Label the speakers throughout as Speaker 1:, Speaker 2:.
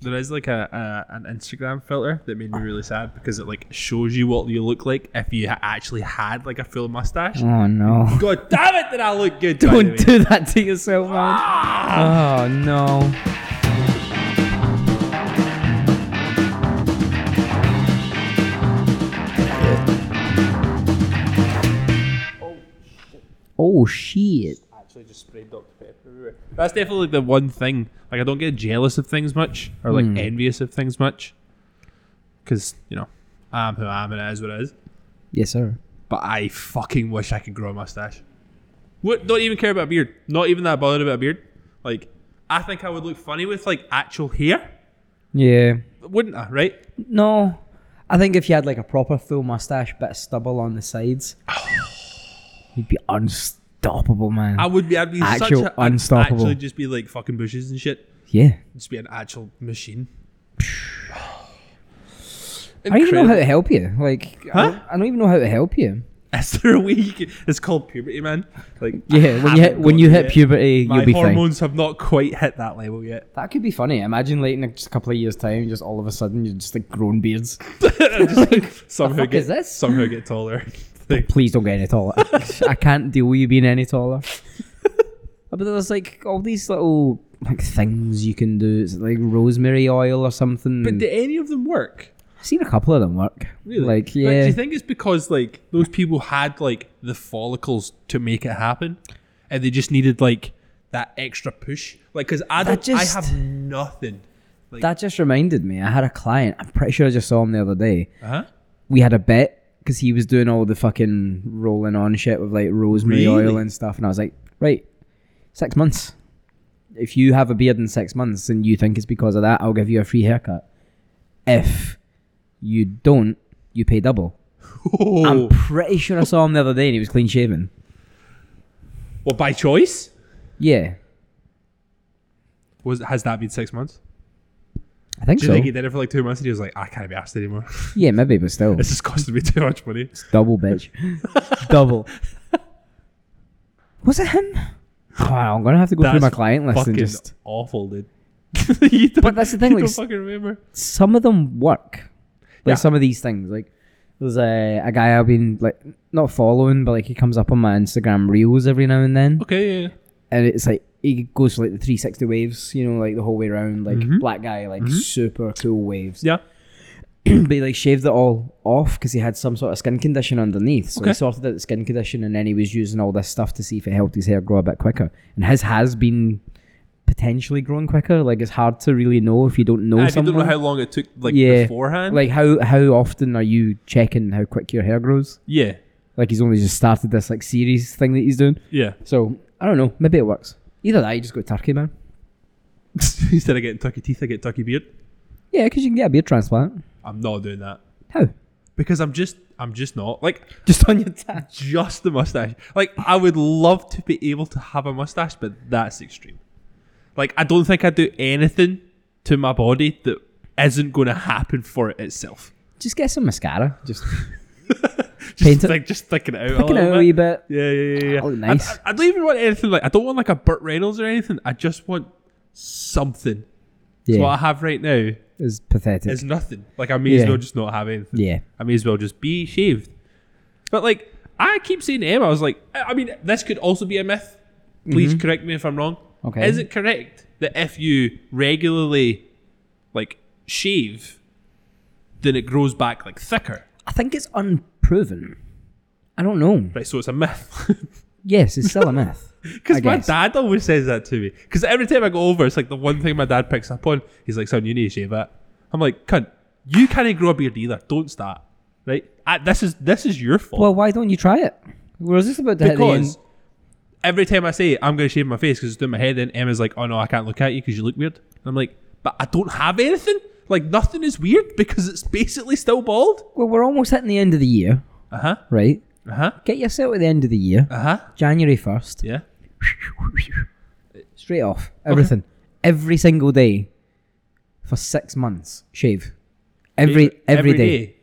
Speaker 1: There is like a, a an Instagram filter that made me really sad because it like shows you what you look like if you ha- actually had like a full mustache.
Speaker 2: Oh no.
Speaker 1: God damn it! Did I look good? by the way.
Speaker 2: Don't do that to yourself, man. Oh no. Oh shit.
Speaker 1: actually just sprayed Dr. Pepper everywhere. That's definitely like the one thing. Like I don't get jealous of things much or like
Speaker 2: Mm.
Speaker 1: envious of things much. Cause, you know, I'm who I am and it is what it is.
Speaker 2: Yes, sir.
Speaker 1: But I fucking wish I could grow a mustache. What don't even care about a beard. Not even that bothered about a beard. Like, I think I would look funny with like actual hair.
Speaker 2: Yeah.
Speaker 1: Wouldn't I, right?
Speaker 2: No. I think if you had like a proper full mustache, bit of stubble on the sides, you'd be unstoppable, man.
Speaker 1: I would be I'd be
Speaker 2: Actual
Speaker 1: such a,
Speaker 2: unstoppable.
Speaker 1: I'd actually just be like fucking bushes and shit.
Speaker 2: yeah.
Speaker 1: Just be an actual machine.
Speaker 2: I don't even know
Speaker 1: Incredible.
Speaker 2: how to help you. Like, I,
Speaker 1: Huh?
Speaker 2: don't, I don't even know how to help you.
Speaker 1: Is there a way you can, it's called puberty, man? Like I
Speaker 2: Yeah, when you hit,
Speaker 1: haven't
Speaker 2: when
Speaker 1: got
Speaker 2: you
Speaker 1: it
Speaker 2: hit
Speaker 1: yet.
Speaker 2: puberty,
Speaker 1: my
Speaker 2: you'll be fine.
Speaker 1: hormones have not quite hit that level yet.
Speaker 2: That could be funny. Imagine like in just a couple of years' time, just all of a sudden you're just like grown beards.
Speaker 1: Just like, somehow
Speaker 2: fuck
Speaker 1: get
Speaker 2: is this?
Speaker 1: somehow get taller. Like,
Speaker 2: Please don't get any taller. I can't deal with you being any taller. but there's like all these little like things you can do. It's like rosemary oil or something.
Speaker 1: but do any of them work?
Speaker 2: I've seen a couple of them work.
Speaker 1: Really?
Speaker 2: Like
Speaker 1: But do
Speaker 2: yeah,
Speaker 1: you think it's because like those people had like the follicles to make it happen, and they just needed like that extra push? Like, because I
Speaker 2: That
Speaker 1: don't, I
Speaker 2: just-
Speaker 1: have nothing. Like,
Speaker 2: that just reminded me. I had a client. I'm pretty sure I just saw him the other day.
Speaker 1: huh?
Speaker 2: we had a bet because he was doing all the fucking rolling on shit with like rosemary oil
Speaker 1: Really?
Speaker 2: and stuff, and I was like, right, six months. If you have a beard in six months and you think it's because of that, I'll give you a free haircut. If you don't, you pay double.
Speaker 1: Oh.
Speaker 2: I'm pretty sure I saw him the other day and he was clean shaven.
Speaker 1: Well, by choice
Speaker 2: Yeah,
Speaker 1: was has that been six months?
Speaker 2: I think
Speaker 1: Do you
Speaker 2: so.
Speaker 1: think he did it for like two months and he was like, I can't be asked anymore.
Speaker 2: yeah, maybe, but still,
Speaker 1: this is costing me too much money.
Speaker 2: it's double, bitch, double. Was it him? Oh, I'm gonna have to go through
Speaker 1: That's
Speaker 2: my client list
Speaker 1: fucking
Speaker 2: and just
Speaker 1: awful, dude. you don't,
Speaker 2: But that's the thing,
Speaker 1: You
Speaker 2: like,
Speaker 1: don't
Speaker 2: s-
Speaker 1: fucking remember.
Speaker 2: some of them work.
Speaker 1: Yeah.
Speaker 2: Like some of these things. Like there's a, a guy I've been like not following, but like he comes up on my Instagram reels every now and then,
Speaker 1: Okay, yeah,
Speaker 2: and it's like he goes for like the 360 waves, you know, like the whole way around. Like
Speaker 1: Mm-hmm.
Speaker 2: black guy, like super cool waves.
Speaker 1: yeah.
Speaker 2: but he like shaved it all off because he had some sort of skin condition underneath. So
Speaker 1: Okay.
Speaker 2: he sorted out the skin condition, and then he was using all this stuff to see if it helped his hair grow a bit quicker. And his has been potentially growing quicker. Like it's hard to really know if you don't know
Speaker 1: I
Speaker 2: someone.
Speaker 1: don't know how long it took, like
Speaker 2: Yeah.
Speaker 1: beforehand.
Speaker 2: Like how how often are you checking how quick your hair grows?
Speaker 1: yeah,
Speaker 2: Like he's only just started this like series thing that he's doing.
Speaker 1: yeah.
Speaker 2: So I don't know. Maybe it works. Either that, you just go turkey, man.
Speaker 1: Instead of getting tucky teeth, I get tucky beard.
Speaker 2: Yeah, because you can get a beard transplant.
Speaker 1: I'm not doing that
Speaker 2: How?
Speaker 1: because I'm just, I'm just not like
Speaker 2: Just on your tash.
Speaker 1: just the mustache. Like I would love to be able to have a mustache, but that's extreme. Like I don't think I'd do anything to my body that isn't going to happen for it itself.
Speaker 2: Just get some mascara. Just
Speaker 1: Just
Speaker 2: Paint it-
Speaker 1: like, just sticking it out. a
Speaker 2: fucking
Speaker 1: little
Speaker 2: out a wee bit.
Speaker 1: Yeah, yeah, yeah. yeah.
Speaker 2: Oh,
Speaker 1: I- I,
Speaker 2: nice.
Speaker 1: I don't even want anything like I don't want like a Burt Reynolds or anything. I just want something. So what I
Speaker 2: Yeah,
Speaker 1: have right now
Speaker 2: it's pathetic.
Speaker 1: is nothing. Like I may as
Speaker 2: Yeah.
Speaker 1: well just not have anything.
Speaker 2: yeah,
Speaker 1: I may as well just be shaved. But like I keep saying to Emma, I was like, I I mean, this could also be a myth. Please correct me if I'm wrong.
Speaker 2: Mm-hmm. Okay.
Speaker 1: Is it correct that if you regularly like shave, then it grows back like thicker?
Speaker 2: I think it's unproven. I don't know.
Speaker 1: Right, so it's a myth.
Speaker 2: Yes, it's still a myth. I
Speaker 1: Because my
Speaker 2: guess.
Speaker 1: dad always says that to me. Because every time I go over, it's like the one thing my dad picks up on. He's like, "Son, you need to shave that." I'm like, "Cunt, you can't grow a beard either. Don't start. Right? I, this is this is your fault."
Speaker 2: Well, why don't you try it? We're just about to hit the end.
Speaker 1: because every time I say I'm going to shave my face because it's doing my head in, Emma's like, "Oh no, I can't look at you because you look weird." And I'm like, "But I don't have anything. Like nothing is weird because it's basically still bald."
Speaker 2: Well, we're almost hitting the end of the year,
Speaker 1: Uh huh.
Speaker 2: right?
Speaker 1: Uh huh.
Speaker 2: Get yourself at the end of the year,
Speaker 1: Uh huh.
Speaker 2: January first.
Speaker 1: Yeah.
Speaker 2: straight off everything every single day for six months shave every every day.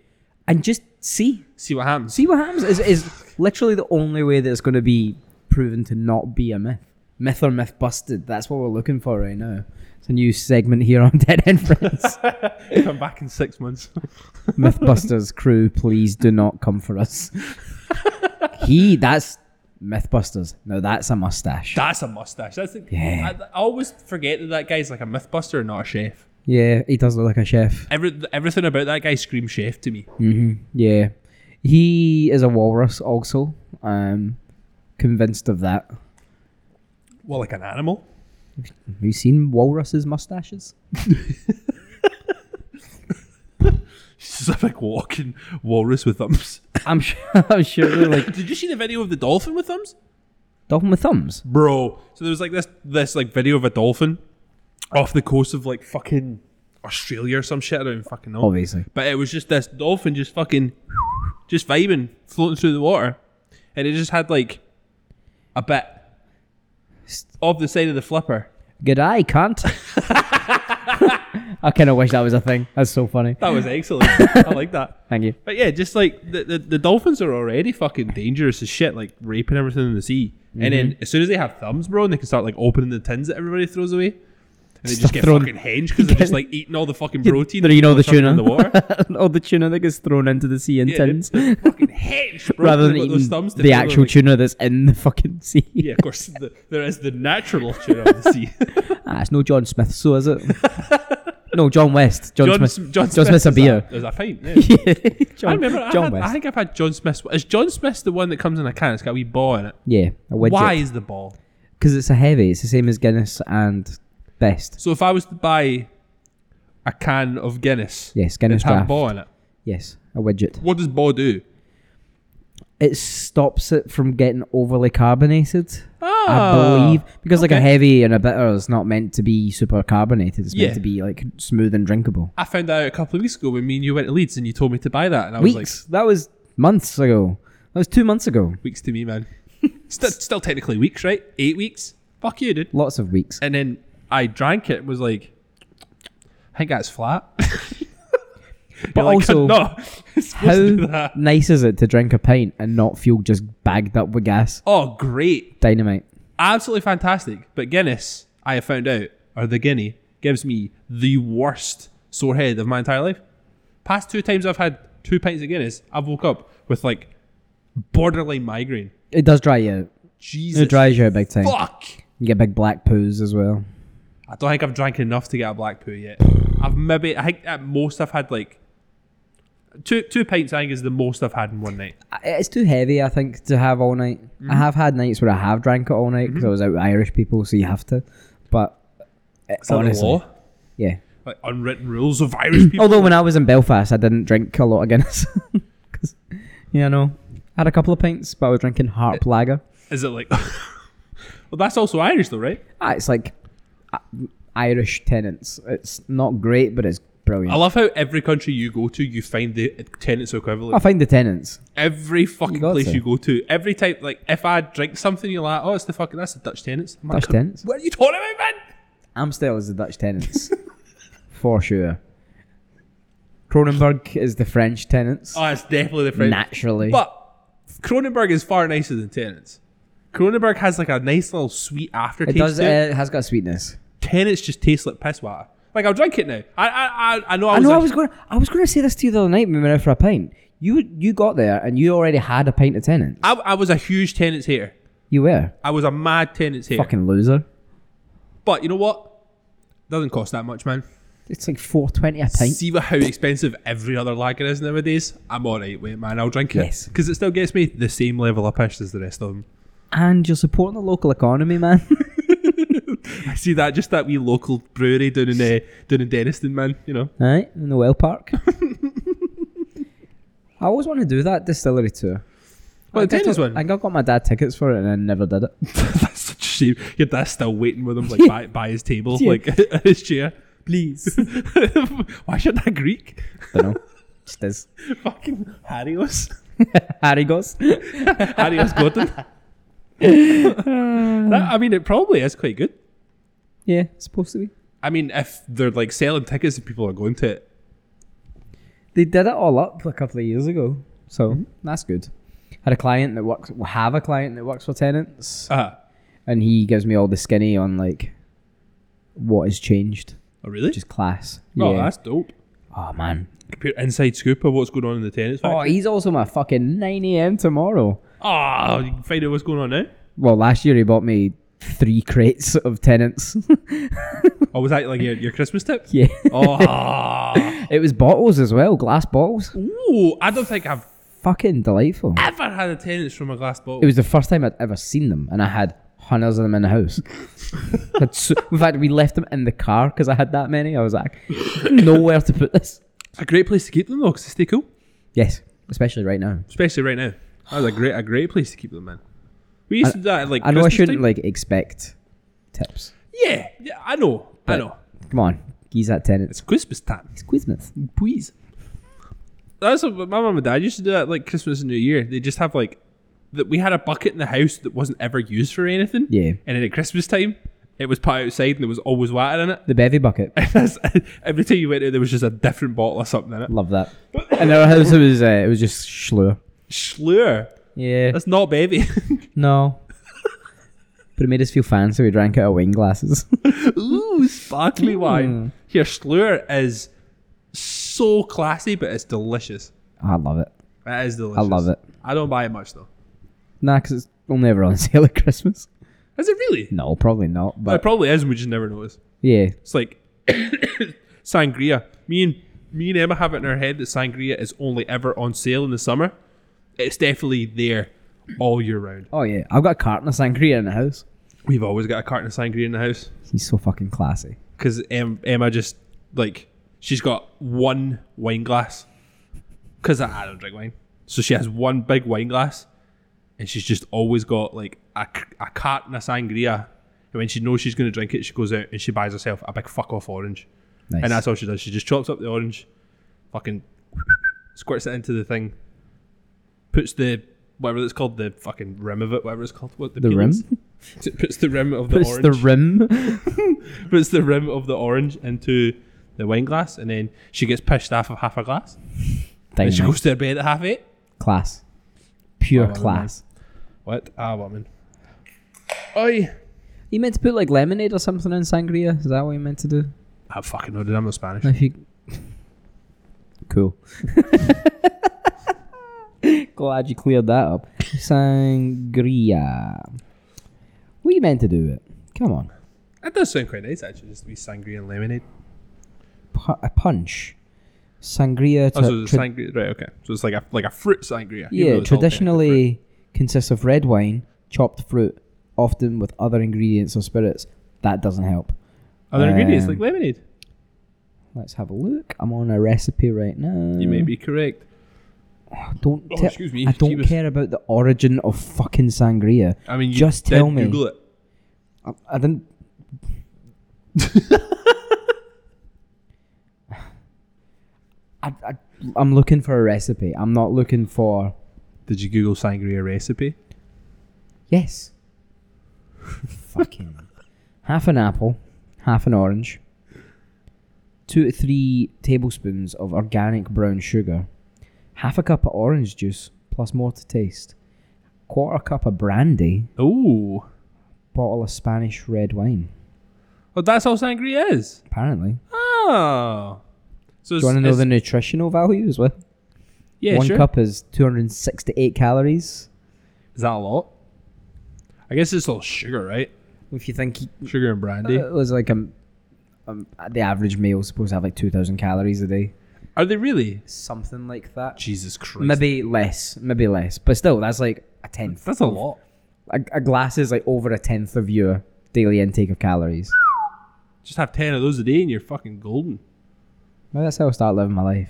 Speaker 2: and just see
Speaker 1: See what happens.
Speaker 2: see what happens is is literally the only way that it's going to be proven to not be a myth Myth or myth busted. That's what we're looking for right now. It's a new segment here on Dead End Friends.
Speaker 1: Come back in six months.
Speaker 2: Mythbusters crew, please do not come for us. he, that's Mythbusters. No, that's a mustache.
Speaker 1: That's a mustache. That's the,
Speaker 2: Yeah.
Speaker 1: I, I always forget that that guy's like a mythbuster and not a chef.
Speaker 2: yeah, he does look like a chef.
Speaker 1: Every, everything about that guy screams chef to me.
Speaker 2: hmm Yeah, he is a walrus. Also, um, convinced of that.
Speaker 1: Well, like an animal.
Speaker 2: Have you seen walruses' mustaches?
Speaker 1: He's just a big walking walrus with thumbs.
Speaker 2: I'm sure. I'm sure they're like
Speaker 1: Did you see the video of the dolphin with thumbs?
Speaker 2: dolphin with thumbs.
Speaker 1: bro. So there was like this this like video of a dolphin off the coast of like fucking Australia or some shit. I don't even fucking know.
Speaker 2: Obviously.
Speaker 1: but it was just this dolphin just fucking just vibing, floating through the water, and it just had like a bit of the side of the flipper.
Speaker 2: Good eye, cunt. I kind of wish that was a thing. That's so funny.
Speaker 1: That was excellent. I like that.
Speaker 2: Thank you.
Speaker 1: But yeah, just like the, the, the dolphins are already fucking dangerous as shit, like raping everything in the sea. And then
Speaker 2: Mm-hmm.
Speaker 1: as soon as they have thumbs, bro, and they can start like opening the tins that everybody throws away, and they
Speaker 2: Start
Speaker 1: just get
Speaker 2: throwing-
Speaker 1: fucking henge because they're just like eating all the fucking protein.
Speaker 2: There, you know the
Speaker 1: that's shoved
Speaker 2: tuna.
Speaker 1: in the water.
Speaker 2: oh, the tuna that gets thrown into the sea in
Speaker 1: Yeah,
Speaker 2: tins,
Speaker 1: it's like fucking henge, bro.
Speaker 2: rather
Speaker 1: They've
Speaker 2: than
Speaker 1: got those
Speaker 2: eating
Speaker 1: thumbs to
Speaker 2: the
Speaker 1: throw,
Speaker 2: actual
Speaker 1: like-
Speaker 2: tuna that's in the fucking sea.
Speaker 1: Yeah, of course. The, there is the natural tuna of the sea.
Speaker 2: Ah, it's no John Smith, so is it? no, John West. John,
Speaker 1: John,
Speaker 2: Smith.
Speaker 1: S- John,
Speaker 2: John Smith's a
Speaker 1: is
Speaker 2: beer.
Speaker 1: A, is a pint. Yeah.
Speaker 2: yeah. John,
Speaker 1: I remember. I,
Speaker 2: John
Speaker 1: had,
Speaker 2: West.
Speaker 1: I think I've had John Smith. Is John Smith the one that comes in a can? It's got a wee ball in it.
Speaker 2: yeah, a widget.
Speaker 1: Why is the ball?
Speaker 2: Because it's a heavy. It's the same as Guinness and Best.
Speaker 1: So if I was to buy a can of Guinness,
Speaker 2: Yes, Guinness
Speaker 1: it had
Speaker 2: draft.
Speaker 1: ball in it.
Speaker 2: Yes, a widget.
Speaker 1: What does ball do?
Speaker 2: It stops it from getting overly carbonated. I
Speaker 1: Ah,
Speaker 2: believe because like a
Speaker 1: okay.
Speaker 2: heavy and a bitter is not meant to be super carbonated. It's
Speaker 1: Yeah.
Speaker 2: meant to be like smooth and drinkable.
Speaker 1: I found out a couple of weeks ago when me and you went to Leeds and you told me to buy that, and I was
Speaker 2: Weeks. that was months ago. That was two months ago.
Speaker 1: like, "Weeks to me, man. still, still technically weeks, right? Eight weeks. Fuck you, dude."
Speaker 2: Lots of weeks.
Speaker 1: And then I drank it. and Was like, I think that's flat.
Speaker 2: But
Speaker 1: You're like,
Speaker 2: also,
Speaker 1: no. it's supposed to do
Speaker 2: How
Speaker 1: that.
Speaker 2: nice is it to drink a pint and not feel just bagged up with gas?
Speaker 1: Oh, great!
Speaker 2: Dynamite.
Speaker 1: Absolutely fantastic. But Guinness, I have found out, or the Guinea, gives me the worst sore head of my entire life. Past two times I've had two pints of Guinness, I've woke up with like borderline migraine.
Speaker 2: It does dry you out.
Speaker 1: Jesus
Speaker 2: It dries you out big time.
Speaker 1: fuck!
Speaker 2: You get big black poos as well.
Speaker 1: I don't think I've drank enough to get a black poo yet. I've maybe I think at most I've had like two two pints. I think is the most I've had in one night.
Speaker 2: I- It's too heavy, I think, to have all night.
Speaker 1: Mm.
Speaker 2: I have had nights where I have drank it all night because I was out with Irish people, so you have to. But it-
Speaker 1: Is that
Speaker 2: honestly,
Speaker 1: the law?
Speaker 2: yeah.
Speaker 1: Like unwritten rules of Irish people.
Speaker 2: Although when I was in Belfast, I didn't drink a lot of Guinness. 'Cause, yeah, no, I had a couple of pints, but I was drinking
Speaker 1: Eh.
Speaker 2: Harp Lager.
Speaker 1: Is it like? well, that's also Irish though, right?
Speaker 2: Ah, it's like uh, Irish tenants. It's not great, but it's brilliant.
Speaker 1: I love how every country you go to, you find the tenants
Speaker 2: I
Speaker 1: equivalent.
Speaker 2: find the tenants.
Speaker 1: Every fucking
Speaker 2: Oh, got
Speaker 1: place
Speaker 2: to.
Speaker 1: you go to, every time, like if I drink something, you're like, oh, it's the fucking that's the Dutch tenants. I'm like,
Speaker 2: Dutch tenants.
Speaker 1: What are you talking about, man?
Speaker 2: Amstel is the Dutch tenants, for sure. Cronenberg is the French tenants,
Speaker 1: Oh, it's definitely the French.
Speaker 2: naturally.
Speaker 1: But Cronenberg is far nicer than Tenants. Cronenberg has like a nice little sweet aftertaste.
Speaker 2: it does.
Speaker 1: to
Speaker 2: Uh,
Speaker 1: It
Speaker 2: it has got sweetness.
Speaker 1: Tenants just tastes like piss water. Like I'll drink it now. I I I, I know I,
Speaker 2: I
Speaker 1: was,
Speaker 2: know. I
Speaker 1: like-
Speaker 2: was going. I was going to say this to you the other night when we went out for a pint. You you got there and you already had a pint of tenants.
Speaker 1: I, I was a huge Tenants hater.
Speaker 2: You were
Speaker 1: I was a mad Tenants hater.
Speaker 2: fucking loser.
Speaker 1: But you know what? Doesn't cost that much, man.
Speaker 2: It's like four twenty a pint.
Speaker 1: See how expensive every other lager is nowadays. I'm alright with it, man. I'll drink it
Speaker 2: Yes.
Speaker 1: because it still gets me the same level of piss as the rest of them.
Speaker 2: and you're supporting the local economy, man.
Speaker 1: I see that just that wee local brewery down in uh, down in Deniston, man. You know.
Speaker 2: right in the well park. I always want to do that distillery tour.
Speaker 1: Well,
Speaker 2: I
Speaker 1: the
Speaker 2: think I
Speaker 1: Tenants
Speaker 2: took-
Speaker 1: one.
Speaker 2: I think I got my dad tickets for it and I never did it.
Speaker 1: That's such a shame. Your dad's still waiting with him, like by, by his table,
Speaker 2: Yeah.
Speaker 1: like at his chair. Please. Why should that Greek?
Speaker 2: don't know. Just is.
Speaker 1: Fucking Harios.
Speaker 2: Harry goes.
Speaker 1: Harios Gordon. That- I mean, it probably is quite good.
Speaker 2: Yeah, it's supposed to be.
Speaker 1: I mean, if they're like selling tickets and people are going to it,
Speaker 2: They did it all up a couple of years ago, so that's good. Had a client that works. Have a client that works for tenants,
Speaker 1: uh,
Speaker 2: and he gives me all the skinny on like what has changed,
Speaker 1: Oh, really?
Speaker 2: which is class.
Speaker 1: oh,
Speaker 2: yeah.
Speaker 1: that's dope.
Speaker 2: Oh man.
Speaker 1: Compare inside scoop of what's going on in the tennis
Speaker 2: Oh,
Speaker 1: factory.
Speaker 2: he's also my fucking nine a.m. tomorrow.
Speaker 1: Oh, you can find out what's going on now.
Speaker 2: Well, last year he bought me three crates of tenants.
Speaker 1: Oh, was that like your, your Christmas tip?
Speaker 2: yeah,
Speaker 1: Oh,
Speaker 2: it was bottles as well, glass bottles.
Speaker 1: Ooh, I don't think I've
Speaker 2: Fucking delightful.
Speaker 1: ever had a tennis from a glass bottle.
Speaker 2: It was the first time I'd ever seen them, and I had hundreds of them in the house. Had so- in fact, we left them in the car because I had that many. I was like, nowhere to put this.
Speaker 1: it's a great place to keep them though, 'cause they stay cool,
Speaker 2: Yes, especially right now.
Speaker 1: especially right now. That was a great, a great place to keep them in. We used to do that at, like.
Speaker 2: I know I
Speaker 1: Christmas
Speaker 2: shouldn't
Speaker 1: time.
Speaker 2: like expect tips.
Speaker 1: Yeah, yeah, I know, I
Speaker 2: But-
Speaker 1: know.
Speaker 2: Come on, he's at tenants.
Speaker 1: It's Christmas time.
Speaker 2: It's Quizmouth.
Speaker 1: please. That's what my mum and dad used to do at like Christmas and New Year. They just have like that. We had a bucket in the house that wasn't ever used for anything.
Speaker 2: Yeah.
Speaker 1: And then at Christmas time, it was put outside and there was always water in it.
Speaker 2: The bevy bucket.
Speaker 1: And that's, every time you went out, there was just a different bottle or something in it.
Speaker 2: Love that. In our house, it was uh, it was just schlur.
Speaker 1: Schlur.
Speaker 2: Yeah.
Speaker 1: That's not baby.
Speaker 2: No. but it made us feel fancy. We drank out of wine glasses.
Speaker 1: Ooh,
Speaker 2: Mm.
Speaker 1: sparkly wine. Here, Schlur is so classy, but it's delicious.
Speaker 2: I love it.
Speaker 1: That is delicious.
Speaker 2: I love it.
Speaker 1: I don't buy it much though.
Speaker 2: Nah, because it's only ever on sale at Christmas.
Speaker 1: Is it really?
Speaker 2: No, probably not.
Speaker 1: It
Speaker 2: But
Speaker 1: probably is, and we just never notice.
Speaker 2: yeah,
Speaker 1: It's like sangria. Me and me and Emma have it in our head that sangria is only ever on sale in the summer. It's definitely there all year round.
Speaker 2: Oh yeah, I've got a carton of sangria in the house.
Speaker 1: We've always got a carton of sangria in the house
Speaker 2: He's so fucking classy.
Speaker 1: because Emma just like she's got one wine glass because I, I don't drink wine, so she has one big wine glass, and she's just always got like a, c- a carton of sangria. And when she knows she's going to drink it, she goes out and she buys herself a big fuck off orange.
Speaker 2: Nice.
Speaker 1: And that's all she does. She just chops up the orange, fucking squirts it into the thing, puts the whatever it's called, the fucking rim of it, whatever it's called, what the,
Speaker 2: The rim?
Speaker 1: peelings? So puts the rim of the
Speaker 2: puts
Speaker 1: orange,
Speaker 2: the rim.
Speaker 1: puts the rim of the orange into the wine glass, and then she gets pissed off of half her glass, and she
Speaker 2: Dynamite.
Speaker 1: goes to her bed at half eight.
Speaker 2: class, pure
Speaker 1: Oh,
Speaker 2: class.
Speaker 1: What a woman! Oi,
Speaker 2: You meant to put like lemonade or something in sangria? Is that what you meant to do?
Speaker 1: I fucking know. Dude, I'm not Spanish.
Speaker 2: If you cool. Glad you cleared that up. Sangria. What you meant to do it? Come on,
Speaker 1: That does sound quite nice, actually, just to be sangria and lemonade.
Speaker 2: Pu- a punch. Sangria.
Speaker 1: Oh,
Speaker 2: tra-
Speaker 1: so it's
Speaker 2: tra-
Speaker 1: sangria, right? Okay, so it's like a like a fruit sangria. even though
Speaker 2: Yeah,
Speaker 1: it's all technically fruit.
Speaker 2: traditionally consists of red wine, chopped fruit, often with other ingredients or spirits. That doesn't help.
Speaker 1: other ingredients
Speaker 2: um,
Speaker 1: like lemonade.
Speaker 2: Let's have a look. I'm on a recipe right now.
Speaker 1: You may be correct.
Speaker 2: Don't.
Speaker 1: Oh,
Speaker 2: te-
Speaker 1: excuse me,
Speaker 2: I
Speaker 1: she
Speaker 2: don't
Speaker 1: was-
Speaker 2: care about the origin of fucking sangria.
Speaker 1: I mean, you
Speaker 2: Just
Speaker 1: did
Speaker 2: tell me.
Speaker 1: Google it.
Speaker 2: I, I didn't. I, I, I'm looking for a recipe. I'm not looking for.
Speaker 1: Did you Google sangria recipe?
Speaker 2: Yes. Fucking. Half an apple, half an orange, two to three tablespoons of organic brown sugar, half a cup of orange juice, plus more to taste, quarter cup of brandy,
Speaker 1: Oh,
Speaker 2: bottle of Spanish red wine,
Speaker 1: well, that's all sangria is.
Speaker 2: apparently.
Speaker 1: Oh, so
Speaker 2: Do you want to know the nutritional value as well?
Speaker 1: yeah,
Speaker 2: One
Speaker 1: sure.
Speaker 2: cup is 268 calories.
Speaker 1: Is that a lot? I guess it's all sugar, right?
Speaker 2: If you think
Speaker 1: Sugar and brandy.
Speaker 2: Uh, it was like a, um, the average meal is supposed to have like 2,000 calories a day.
Speaker 1: Are they really?
Speaker 2: Something like that.
Speaker 1: Jesus Christ,
Speaker 2: Maybe less, maybe less, but still, that's like a tenth.
Speaker 1: that's a lot.
Speaker 2: A, a glass is like over a tenth of your daily intake of calories.
Speaker 1: Just have ten of those a day, and you're fucking golden.
Speaker 2: Maybe that's how I start living my life.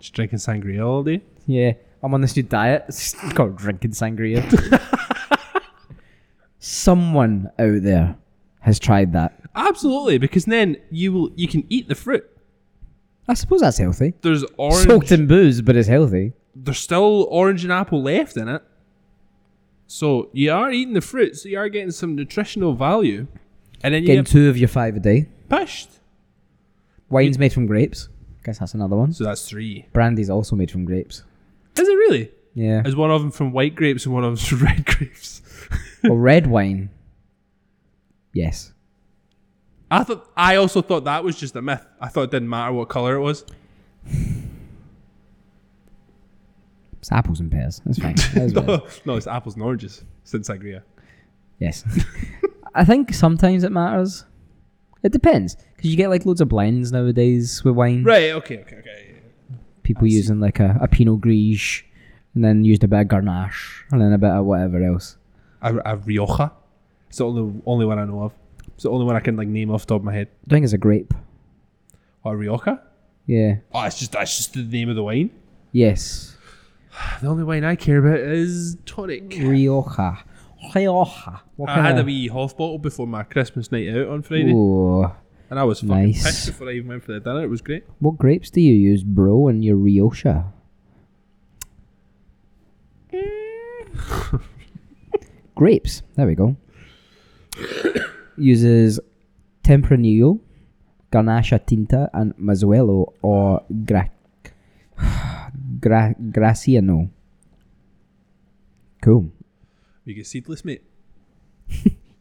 Speaker 1: Just drinking sangria all day.
Speaker 2: Yeah, I'm on this new diet. It's called drinking sangria. Someone out there has tried that.
Speaker 1: Absolutely, because then you will you can eat the fruit.
Speaker 2: I suppose that's healthy.
Speaker 1: There's orange.
Speaker 2: Soaked in booze, but it's healthy.
Speaker 1: there's still orange and apple left in it. So you are eating the fruit, so you are getting some nutritional value. And then you
Speaker 2: Getting
Speaker 1: get
Speaker 2: two of your five a day.
Speaker 1: pushed.
Speaker 2: Wine's made from grapes. Guess that's another one.
Speaker 1: So that's three.
Speaker 2: Brandy's also made from grapes.
Speaker 1: Is it really?
Speaker 2: Yeah.
Speaker 1: Is one of them from white grapes and one of them from red grapes?
Speaker 2: well, red wine Yes.
Speaker 1: I thought I also thought that was just a myth. I thought it didn't matter what color it was.
Speaker 2: It's apples and pears. That's fine. That is what it is.
Speaker 1: no, no, it's apples and oranges since sangria.
Speaker 2: Yes. I think sometimes it matters. It depends. Because you get like loads of blends nowadays with wine.
Speaker 1: Right. Okay. Okay. Okay.
Speaker 2: People using like a, a Pinot Gris and then used a bit of Grenache and then a bit of whatever else.
Speaker 1: A, a Rioja. It's the only only one I know of. It's the only one I can like name off the top of my head.
Speaker 2: I think it's a grape.
Speaker 1: Or Rioja.
Speaker 2: Yeah.
Speaker 1: Oh, it's just that's just the name of the wine.
Speaker 2: Yes.
Speaker 1: The only wine I care about is tonic.
Speaker 2: Rioja. Rioja. What
Speaker 1: I had
Speaker 2: kinda-
Speaker 1: a wee half bottle before my Christmas night out on Friday,
Speaker 2: Ooh.
Speaker 1: and I was fucking
Speaker 2: nice.
Speaker 1: pissed before I even went for the dinner. It was great.
Speaker 2: What grapes do you use, bro, in your Rioja? grapes. There we go. Uses Tempranillo, Garnacha Tinta, and Mazuelo or Gra- Gra- Graciano. Cool.
Speaker 1: You get seedless, mate.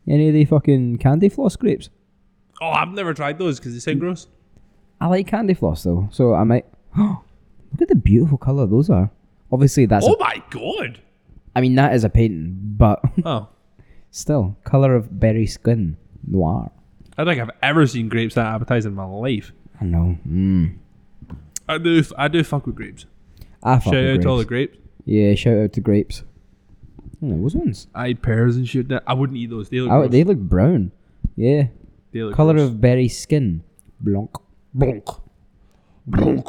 Speaker 2: Any of the fucking candy floss grapes?
Speaker 1: Oh, I've never tried those because they sound gross.
Speaker 2: I like candy floss though, so I might. Look at the beautiful colour those are. Obviously, that's.
Speaker 1: Oh
Speaker 2: A,
Speaker 1: my god!
Speaker 2: I mean, that is a painting, but
Speaker 1: Oh,
Speaker 2: still, colour of berry skin, noir.
Speaker 1: I don't think I've ever seen grapes that appetizing in my life.
Speaker 2: I know. Mm.
Speaker 1: I do, I do fuck with grapes.
Speaker 2: I fuck
Speaker 1: Shout out
Speaker 2: with
Speaker 1: to all the
Speaker 2: grapes.
Speaker 1: grapes.
Speaker 2: Yeah, shout out to grapes. Hmm, there was ones.
Speaker 1: I eat pears and shit. I wouldn't eat those. They look.
Speaker 2: Oh,
Speaker 1: gross.
Speaker 2: they look brown. Yeah,
Speaker 1: They look
Speaker 2: colour
Speaker 1: gross.
Speaker 2: of berry skin, blanc.
Speaker 1: Blonk. Blonk.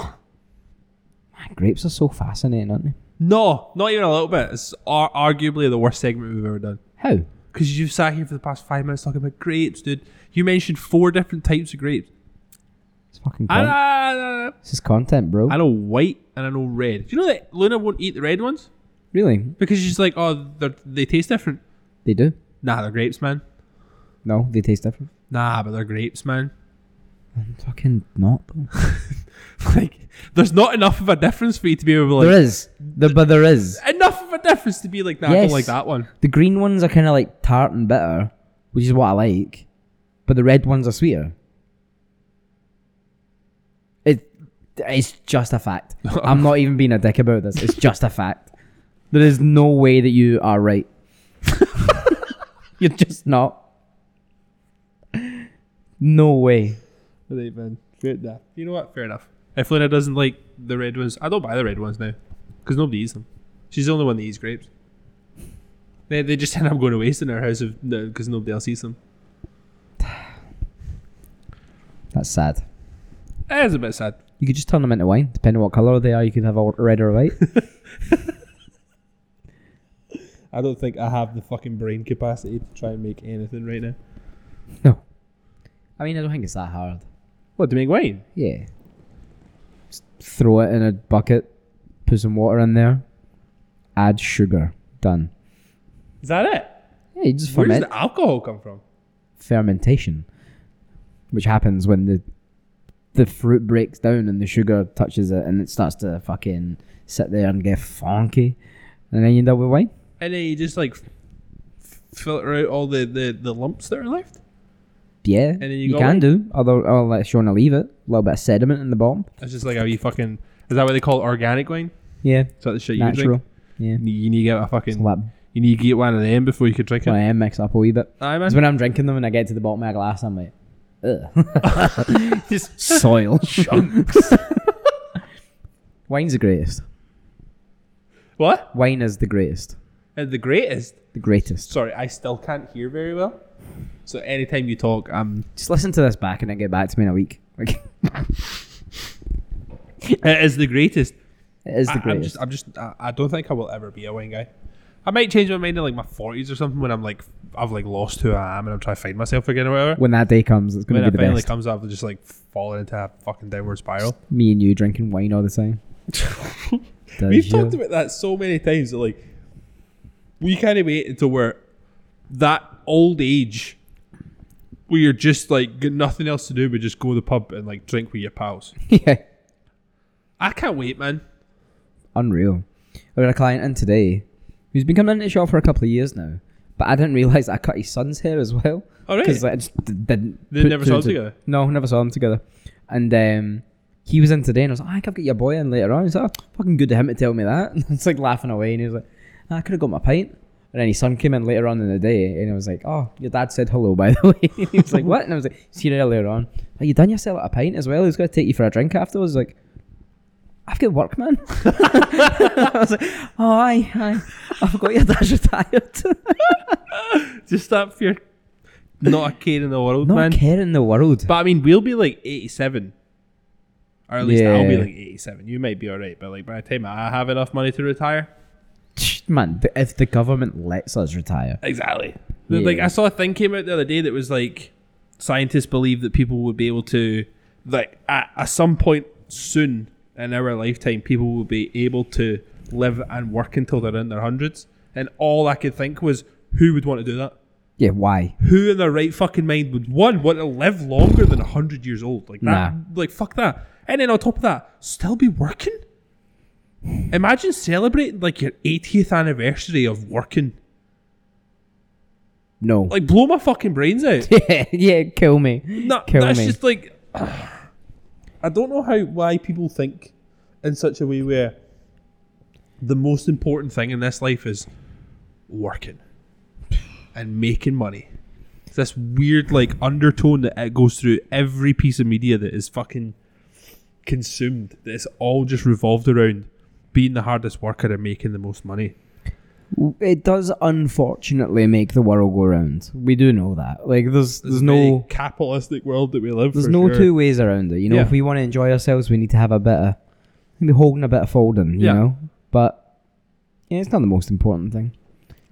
Speaker 2: Man, grapes are so fascinating, aren't they?
Speaker 1: No, not even a little bit. It's ar- arguably the worst segment we've ever done.
Speaker 2: How?
Speaker 1: Because you've sat here for the past five minutes talking about grapes, dude. You mentioned four different types of grapes.
Speaker 2: It's fucking.
Speaker 1: I,
Speaker 2: Con-
Speaker 1: I- I-
Speaker 2: this is content, bro.
Speaker 1: I know white and I know red. Do you know that Luna won't eat the red ones
Speaker 2: really?
Speaker 1: because she's like, oh, they're, they taste different.
Speaker 2: They do?
Speaker 1: Nah, they're grapes, man.
Speaker 2: No, they taste different.
Speaker 1: Nah, but they're grapes, man.
Speaker 2: Fucking not though.
Speaker 1: like, there's not enough of a difference for you to be able to
Speaker 2: there
Speaker 1: like
Speaker 2: is. The, but there is.
Speaker 1: enough of a difference to be like that. I
Speaker 2: Yes.
Speaker 1: don't like that one.
Speaker 2: The green ones are kind of like tart and bitter, which is what I like, but the red ones are sweeter. It, it's just a fact. I'm not even being a dick about this. It's just a fact. There is no way that you are right. You're just not. No way.
Speaker 1: Right, man. Fair enough. You know what? Fair enough. If Luna doesn't like the red ones, I don't buy the red ones now because nobody eats them. She's the only one that eats grapes. They, they just end up going to waste in her house because nobody else eats them.
Speaker 2: That's sad.
Speaker 1: That is a bit sad.
Speaker 2: You could just turn them into wine, depending on what color they are. You could have a red or a white.
Speaker 1: I don't think I have the fucking brain capacity to try and make anything right now.
Speaker 2: no, I mean I don't think it's that hard.
Speaker 1: What to make wine?
Speaker 2: Yeah. Just throw it in a bucket, put some water in there, add sugar. Done.
Speaker 1: Is that it?
Speaker 2: Yeah, you just
Speaker 1: Where does
Speaker 2: ferment
Speaker 1: the alcohol come from?
Speaker 2: fermentation, which happens when the the fruit breaks down and the sugar touches it and it starts to fucking sit there and get funky, and then you end up with wine.
Speaker 1: And then you just like f- filter out all the, the, the lumps that are left.
Speaker 2: Yeah,
Speaker 1: then you
Speaker 2: you,
Speaker 1: got
Speaker 2: can
Speaker 1: wine.
Speaker 2: do. Although, although if you want to leave it, a little bit of sediment in the bottom.
Speaker 1: That's just like how you fucking. Is that what they call organic wine?
Speaker 2: Yeah,
Speaker 1: Is that the shit you
Speaker 2: natural.
Speaker 1: drink?
Speaker 2: Yeah,
Speaker 1: You- You need to get a
Speaker 2: it's
Speaker 1: fucking.
Speaker 2: like
Speaker 1: You need to get one of them before you can drink
Speaker 2: when
Speaker 1: it.
Speaker 2: I am mixed up a wee bit.
Speaker 1: Aye,
Speaker 2: Because
Speaker 1: man.
Speaker 2: when I'm drinking them and I get to the bottom of my glass, I'm like, ugh. Just soil. Wine's the greatest.
Speaker 1: What?
Speaker 2: Wine is the greatest.
Speaker 1: And Uh, the greatest.
Speaker 2: The greatest.
Speaker 1: Sorry, I still can't hear very well. So anytime you talk, um, I'm.
Speaker 2: Just listen to this back and then get back to me in a week. Like,
Speaker 1: It is the greatest.
Speaker 2: it is the
Speaker 1: I, am
Speaker 2: greatest.
Speaker 1: just. I'm just. I, I don't think I will ever be a wine guy. I might change my mind in like my 40s or something when I'm like I've like lost who I am and I'm trying to find myself again or whatever.
Speaker 2: when that day comes, it's going
Speaker 1: When
Speaker 2: to
Speaker 1: it
Speaker 2: be the
Speaker 1: finally
Speaker 2: best.
Speaker 1: comes, I've just like fallen into a fucking downward spiral.
Speaker 2: Me and you drinking wine all the time. Does
Speaker 1: We've
Speaker 2: you?
Speaker 1: talked about that so many times that like we kind of wait until we're that old age where you're just like got nothing else to do but just go to the pub and like drink with your pals.
Speaker 2: yeah.
Speaker 1: I can't wait, man.
Speaker 2: Unreal. I had a client in today who's been coming into the shop for a couple of years now, But I didn't realize I cut his son's hair as well.
Speaker 1: All right.
Speaker 2: because I just d- didn't.
Speaker 1: They
Speaker 2: put
Speaker 1: never
Speaker 2: two
Speaker 1: saw
Speaker 2: and
Speaker 1: them
Speaker 2: two-
Speaker 1: together?
Speaker 2: No, never saw them together. And um, he was in today, and I was like, "Ah, I could get your boy in later on. He's like, "Oh, fucking good of him to tell me that. And it's like laughing away, and he was like, "Ah, I could have got my pint. And then his son came in later on in the day, and I was like, "Oh, your dad said hello, by the way." he was like, "What?" And I was like, "See you earlier on. Are you done yourself a pint as well? He's going to take you for a drink afterwards." Like, I've got work, man. I was like, "Oh, aye, aye. I've got your dad's retired.
Speaker 1: Just that fear. Not a care in the world,
Speaker 2: Not
Speaker 1: man.
Speaker 2: a care in the world."
Speaker 1: But I mean, we'll be like 87. Or at least I'll be
Speaker 2: Yeah.
Speaker 1: like 87. You might be alright, but like by the time I have enough money to retire.
Speaker 2: Tch, man, th- if the government lets us retire,
Speaker 1: Exactly. Like
Speaker 2: Yeah.
Speaker 1: I saw a thing came out the other day that was like scientists believe that people would be able to like at, at some point soon in our lifetime people will be able to live and work until they're in their hundreds. And all I could think was who would want to do that?
Speaker 2: yeah, why?
Speaker 1: Who in their right fucking mind would one want to live longer than hundred years old? Like that
Speaker 2: Nah.
Speaker 1: like fuck that. And then on top of that, still be working? Imagine celebrating like your 80th anniversary of working.
Speaker 2: No.
Speaker 1: Like blow my fucking brains out.
Speaker 2: yeah, yeah, kill me.
Speaker 1: No,
Speaker 2: Kill
Speaker 1: that's
Speaker 2: me.
Speaker 1: just like I don't know how why people think in such a way where the most important thing in this life is working and making money. It's this weird like undertone that it goes through every piece of media that is fucking consumed. That it's all just revolved around being the hardest worker and making the most money.
Speaker 2: It does unfortunately make the world go round. We do know that. Like, there's there's no
Speaker 1: Very capitalistic world that we live.
Speaker 2: there's
Speaker 1: for
Speaker 2: no
Speaker 1: sure.
Speaker 2: two ways around it. You know,
Speaker 1: Yeah.
Speaker 2: if we want to enjoy ourselves, we need to have a bit of maybe holding a bit of folding. You
Speaker 1: Yeah.
Speaker 2: know, but yeah, it's not the most important thing.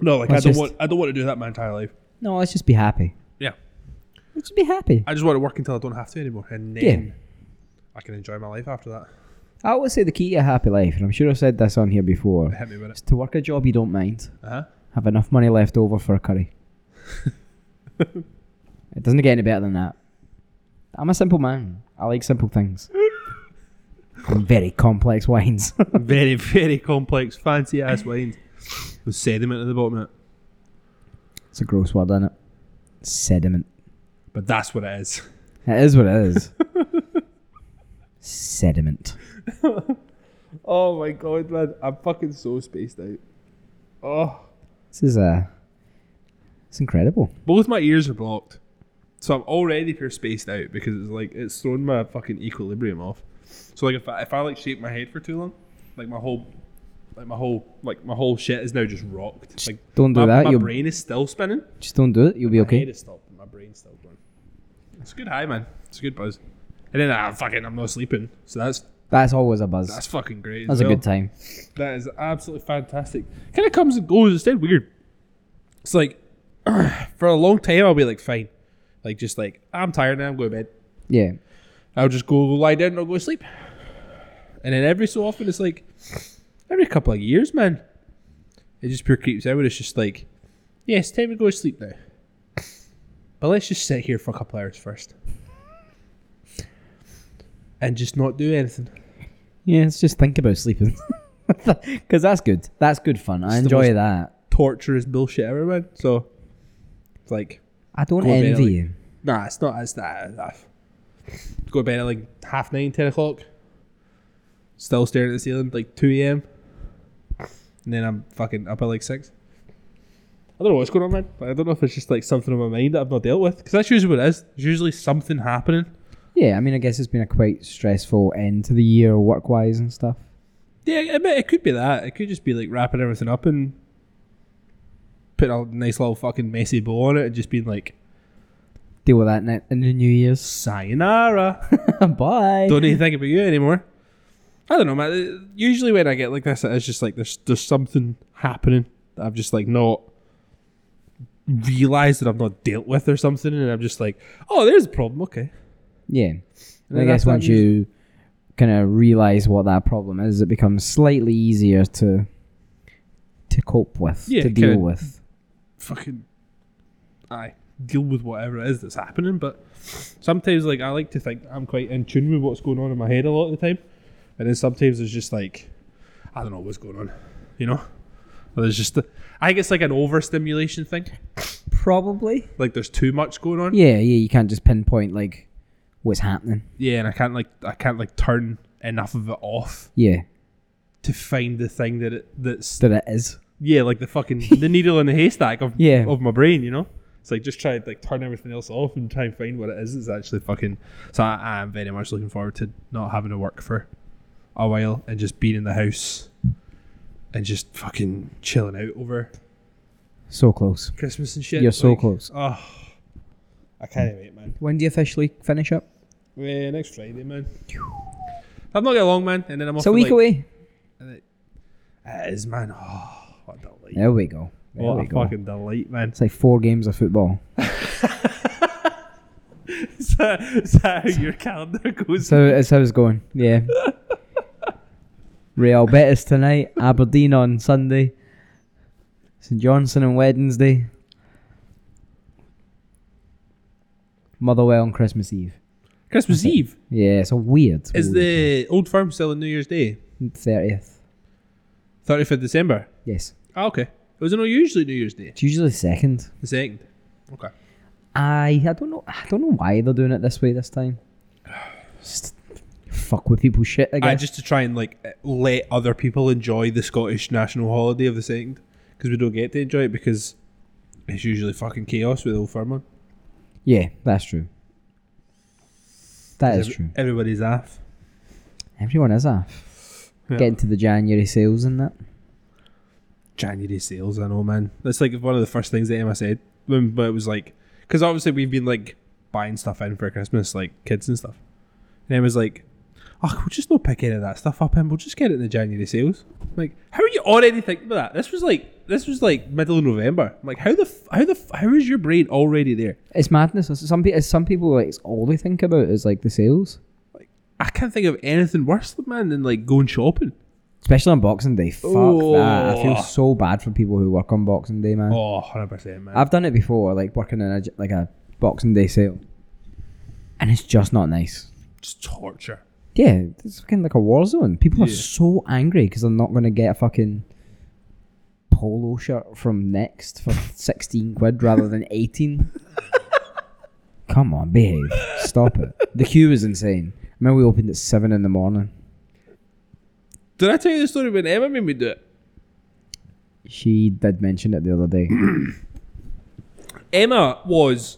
Speaker 1: No, like I don't
Speaker 2: That's just-
Speaker 1: want. I don't want to do that my entire life.
Speaker 2: No, let's just be happy.
Speaker 1: Yeah.
Speaker 2: Let's just be happy.
Speaker 1: I just want to work until I don't have to anymore, and then I can enjoy my life after that.
Speaker 2: I always say the key to a happy life, and I'm sure I've said this on here before,
Speaker 1: Hit me with it.
Speaker 2: is to work a job you don't mind.
Speaker 1: Uh-huh.
Speaker 2: have enough money left over for a curry. it doesn't get any better than that. I'm a simple man. I like simple things. And very complex wines.
Speaker 1: very, very complex, fancy ass wines with sediment at the bottom of it.
Speaker 2: it's a gross word, isn't it? Sediment.
Speaker 1: But that's what it is.
Speaker 2: It is what it is. Sediment.
Speaker 1: Oh my god, man! I'm fucking so spaced out. Oh,
Speaker 2: This is a. It's incredible.
Speaker 1: both my ears are blocked, so I'm already pure spaced out because it's like it's thrown my fucking equilibrium off. So like if I, if I like shake my head for too long, like my whole, like my whole, like my whole shit is now just rocked. Like
Speaker 2: Don't do
Speaker 1: my,
Speaker 2: that.
Speaker 1: My
Speaker 2: You'll
Speaker 1: brain is still spinning.
Speaker 2: just don't do it. You'll be
Speaker 1: My head
Speaker 2: okay.
Speaker 1: is still, my brain's still going. It's a good high, man. It's a good buzz. And then ah, fucking, I'm not sleeping, so that's
Speaker 2: That's always a buzz.
Speaker 1: that's fucking great.
Speaker 2: That's
Speaker 1: as
Speaker 2: a
Speaker 1: well.
Speaker 2: good time.
Speaker 1: That is absolutely fantastic. Kind of comes and goes. It's dead weird. It's like for a long time I'll be like fine, like just like I'm tired now. I'm going to bed.
Speaker 2: Yeah.
Speaker 1: I'll just go lie down and I'll go to sleep. And then every so often it's like every couple of years, man. It just pure creeps out. It's just like, yeah, it's time to go to sleep now. But let's just sit here for a couple hours first. And just not do anything.
Speaker 2: Yeah, let's just think about sleeping. Because that's good. That's good fun. I
Speaker 1: It's the
Speaker 2: enjoy
Speaker 1: most-
Speaker 2: that.
Speaker 1: Torturous bullshit ever, man. So it's like
Speaker 2: I don't
Speaker 1: Go to bed
Speaker 2: envy
Speaker 1: early.
Speaker 2: you.
Speaker 1: Nah, it's not. It's not. Nah. Go to bed at like half nine, ten o'clock. Still staring at the ceiling like two a.m. And then I'm fucking up at like six. I don't know what's going on, man. I don't know if it's just like something on my mind that I've not dealt with. Because that's usually what it is. There's usually something happening.
Speaker 2: Yeah, I mean, I guess it's been a quite stressful end to the year, work wise and stuff.
Speaker 1: Yeah, I bet it could be that. It could just be like wrapping everything up and putting a nice little fucking messy bow on it and just being like,
Speaker 2: Deal with that ne- in the New Year's.
Speaker 1: sayonara.
Speaker 2: Bye.
Speaker 1: don't even think about you anymore. I don't know, man. Uh, Usually when I get like this, it's just like there's there's something happening that I've just like not realized that I've not dealt with or something, and I'm just like, oh, there's a problem. Okay,
Speaker 2: yeah. And I
Speaker 1: then
Speaker 2: guess
Speaker 1: e-, that's what
Speaker 2: once
Speaker 1: you-
Speaker 2: you kind of realize what that problem is, it becomes slightly easier to to cope with,
Speaker 1: Yeah,
Speaker 2: to deal
Speaker 1: kinda-
Speaker 2: with.
Speaker 1: fucking, I deal with whatever it is that's happening. But sometimes, like, I like to think I'm quite in tune with what's going on in my head a lot of the time, and then sometimes it's just like, I don't know what's going on, you know. There's just, I think it's like an overstimulation thing.
Speaker 2: Probably.
Speaker 1: Like there's too much going on.
Speaker 2: Yeah, yeah. You can't just pinpoint like what's happening.
Speaker 1: Yeah, and I can't like, I can't like turn enough of it off
Speaker 2: Yeah,
Speaker 1: to find the thing that it, that's
Speaker 2: that it is.
Speaker 1: yeah, like the fucking the needle in the haystack of
Speaker 2: Yeah.
Speaker 1: of my brain, you know. It's like just try to like turn everything else off and try and find what it is that's actually fucking. So I, I am very much looking forward to not having to work for a while and just being in the house and just fucking chilling out over
Speaker 2: So close.
Speaker 1: Christmas and shit.
Speaker 2: You're so
Speaker 1: Like,
Speaker 2: close.
Speaker 1: Oh, I can't wait, man.
Speaker 2: When do you officially finish up?
Speaker 1: Yeah, next Friday, man. I've not got long, man, and then I'm off.
Speaker 2: It's a week away.
Speaker 1: It is, man. Oh, what a delight!
Speaker 2: There we go. There
Speaker 1: what
Speaker 2: we
Speaker 1: a
Speaker 2: go.
Speaker 1: fucking delight, man.
Speaker 2: It's like four games of football.
Speaker 1: Is that, is that how your calendar goes?
Speaker 2: So it's how it's going. Yeah. Real Betis tonight. Aberdeen on Sunday. St Johnson on Wednesday. Motherwell on Christmas Eve.
Speaker 1: Christmas Eve
Speaker 2: Yeah, it's a weird.
Speaker 1: is the old firm still on New Year's Day,
Speaker 2: thirtieth?
Speaker 1: thirtieth of December.
Speaker 2: Yes,
Speaker 1: Ah, okay. It was not usually New Year's Day,
Speaker 2: it's usually the second.
Speaker 1: the second. Okay.
Speaker 2: I I don't know I don't know why they're doing it this way this time. Just fuck with people's shit. I
Speaker 1: I
Speaker 2: guess.
Speaker 1: just to try and like let other people enjoy the Scottish national holiday of the second because we don't get to enjoy it because it's usually fucking chaos with old firm on.
Speaker 2: yeah, that's true. That is
Speaker 1: Every-
Speaker 2: true.
Speaker 1: Everybody's off.
Speaker 2: Everyone is off.
Speaker 1: Yeah.
Speaker 2: Getting to the January sales and that.
Speaker 1: January sales. I know, man. That's like one of the first things that Emma said when but it was like, because obviously we've been like buying stuff in for Christmas, like kids and stuff. And Emma's like, "Oh, we'll just not pick any of that stuff up, and we'll just get it in the January sales." I'm like, how are you already thinking about that? This was like, this was like middle of November. I'm like, how the, f- how the, f- how is your brain already there?
Speaker 2: It's madness. Some people, some people like it's all they think about is like the sales,
Speaker 1: I can't think of anything worse, man, than like going shopping.
Speaker 2: especially on Boxing Day. Fuck that! I feel
Speaker 1: Oh.
Speaker 2: so bad for people who work on Boxing Day, man.
Speaker 1: Oh, 100 percent, man.
Speaker 2: I've done it before, like working in a j- like a Boxing Day sale, and it's just not nice.
Speaker 1: Just torture.
Speaker 2: Yeah, it's fucking like a war zone. People are
Speaker 1: Yeah.
Speaker 2: so angry because they're not going to get a fucking polo shirt from Next for 16 quid rather than 18. Come on, behave. Stop it. The queue was insane. I remember we opened at 7 in the morning.
Speaker 1: Did I tell you the story when Emma made me do it?
Speaker 2: She did mention it the other day.
Speaker 1: Emma was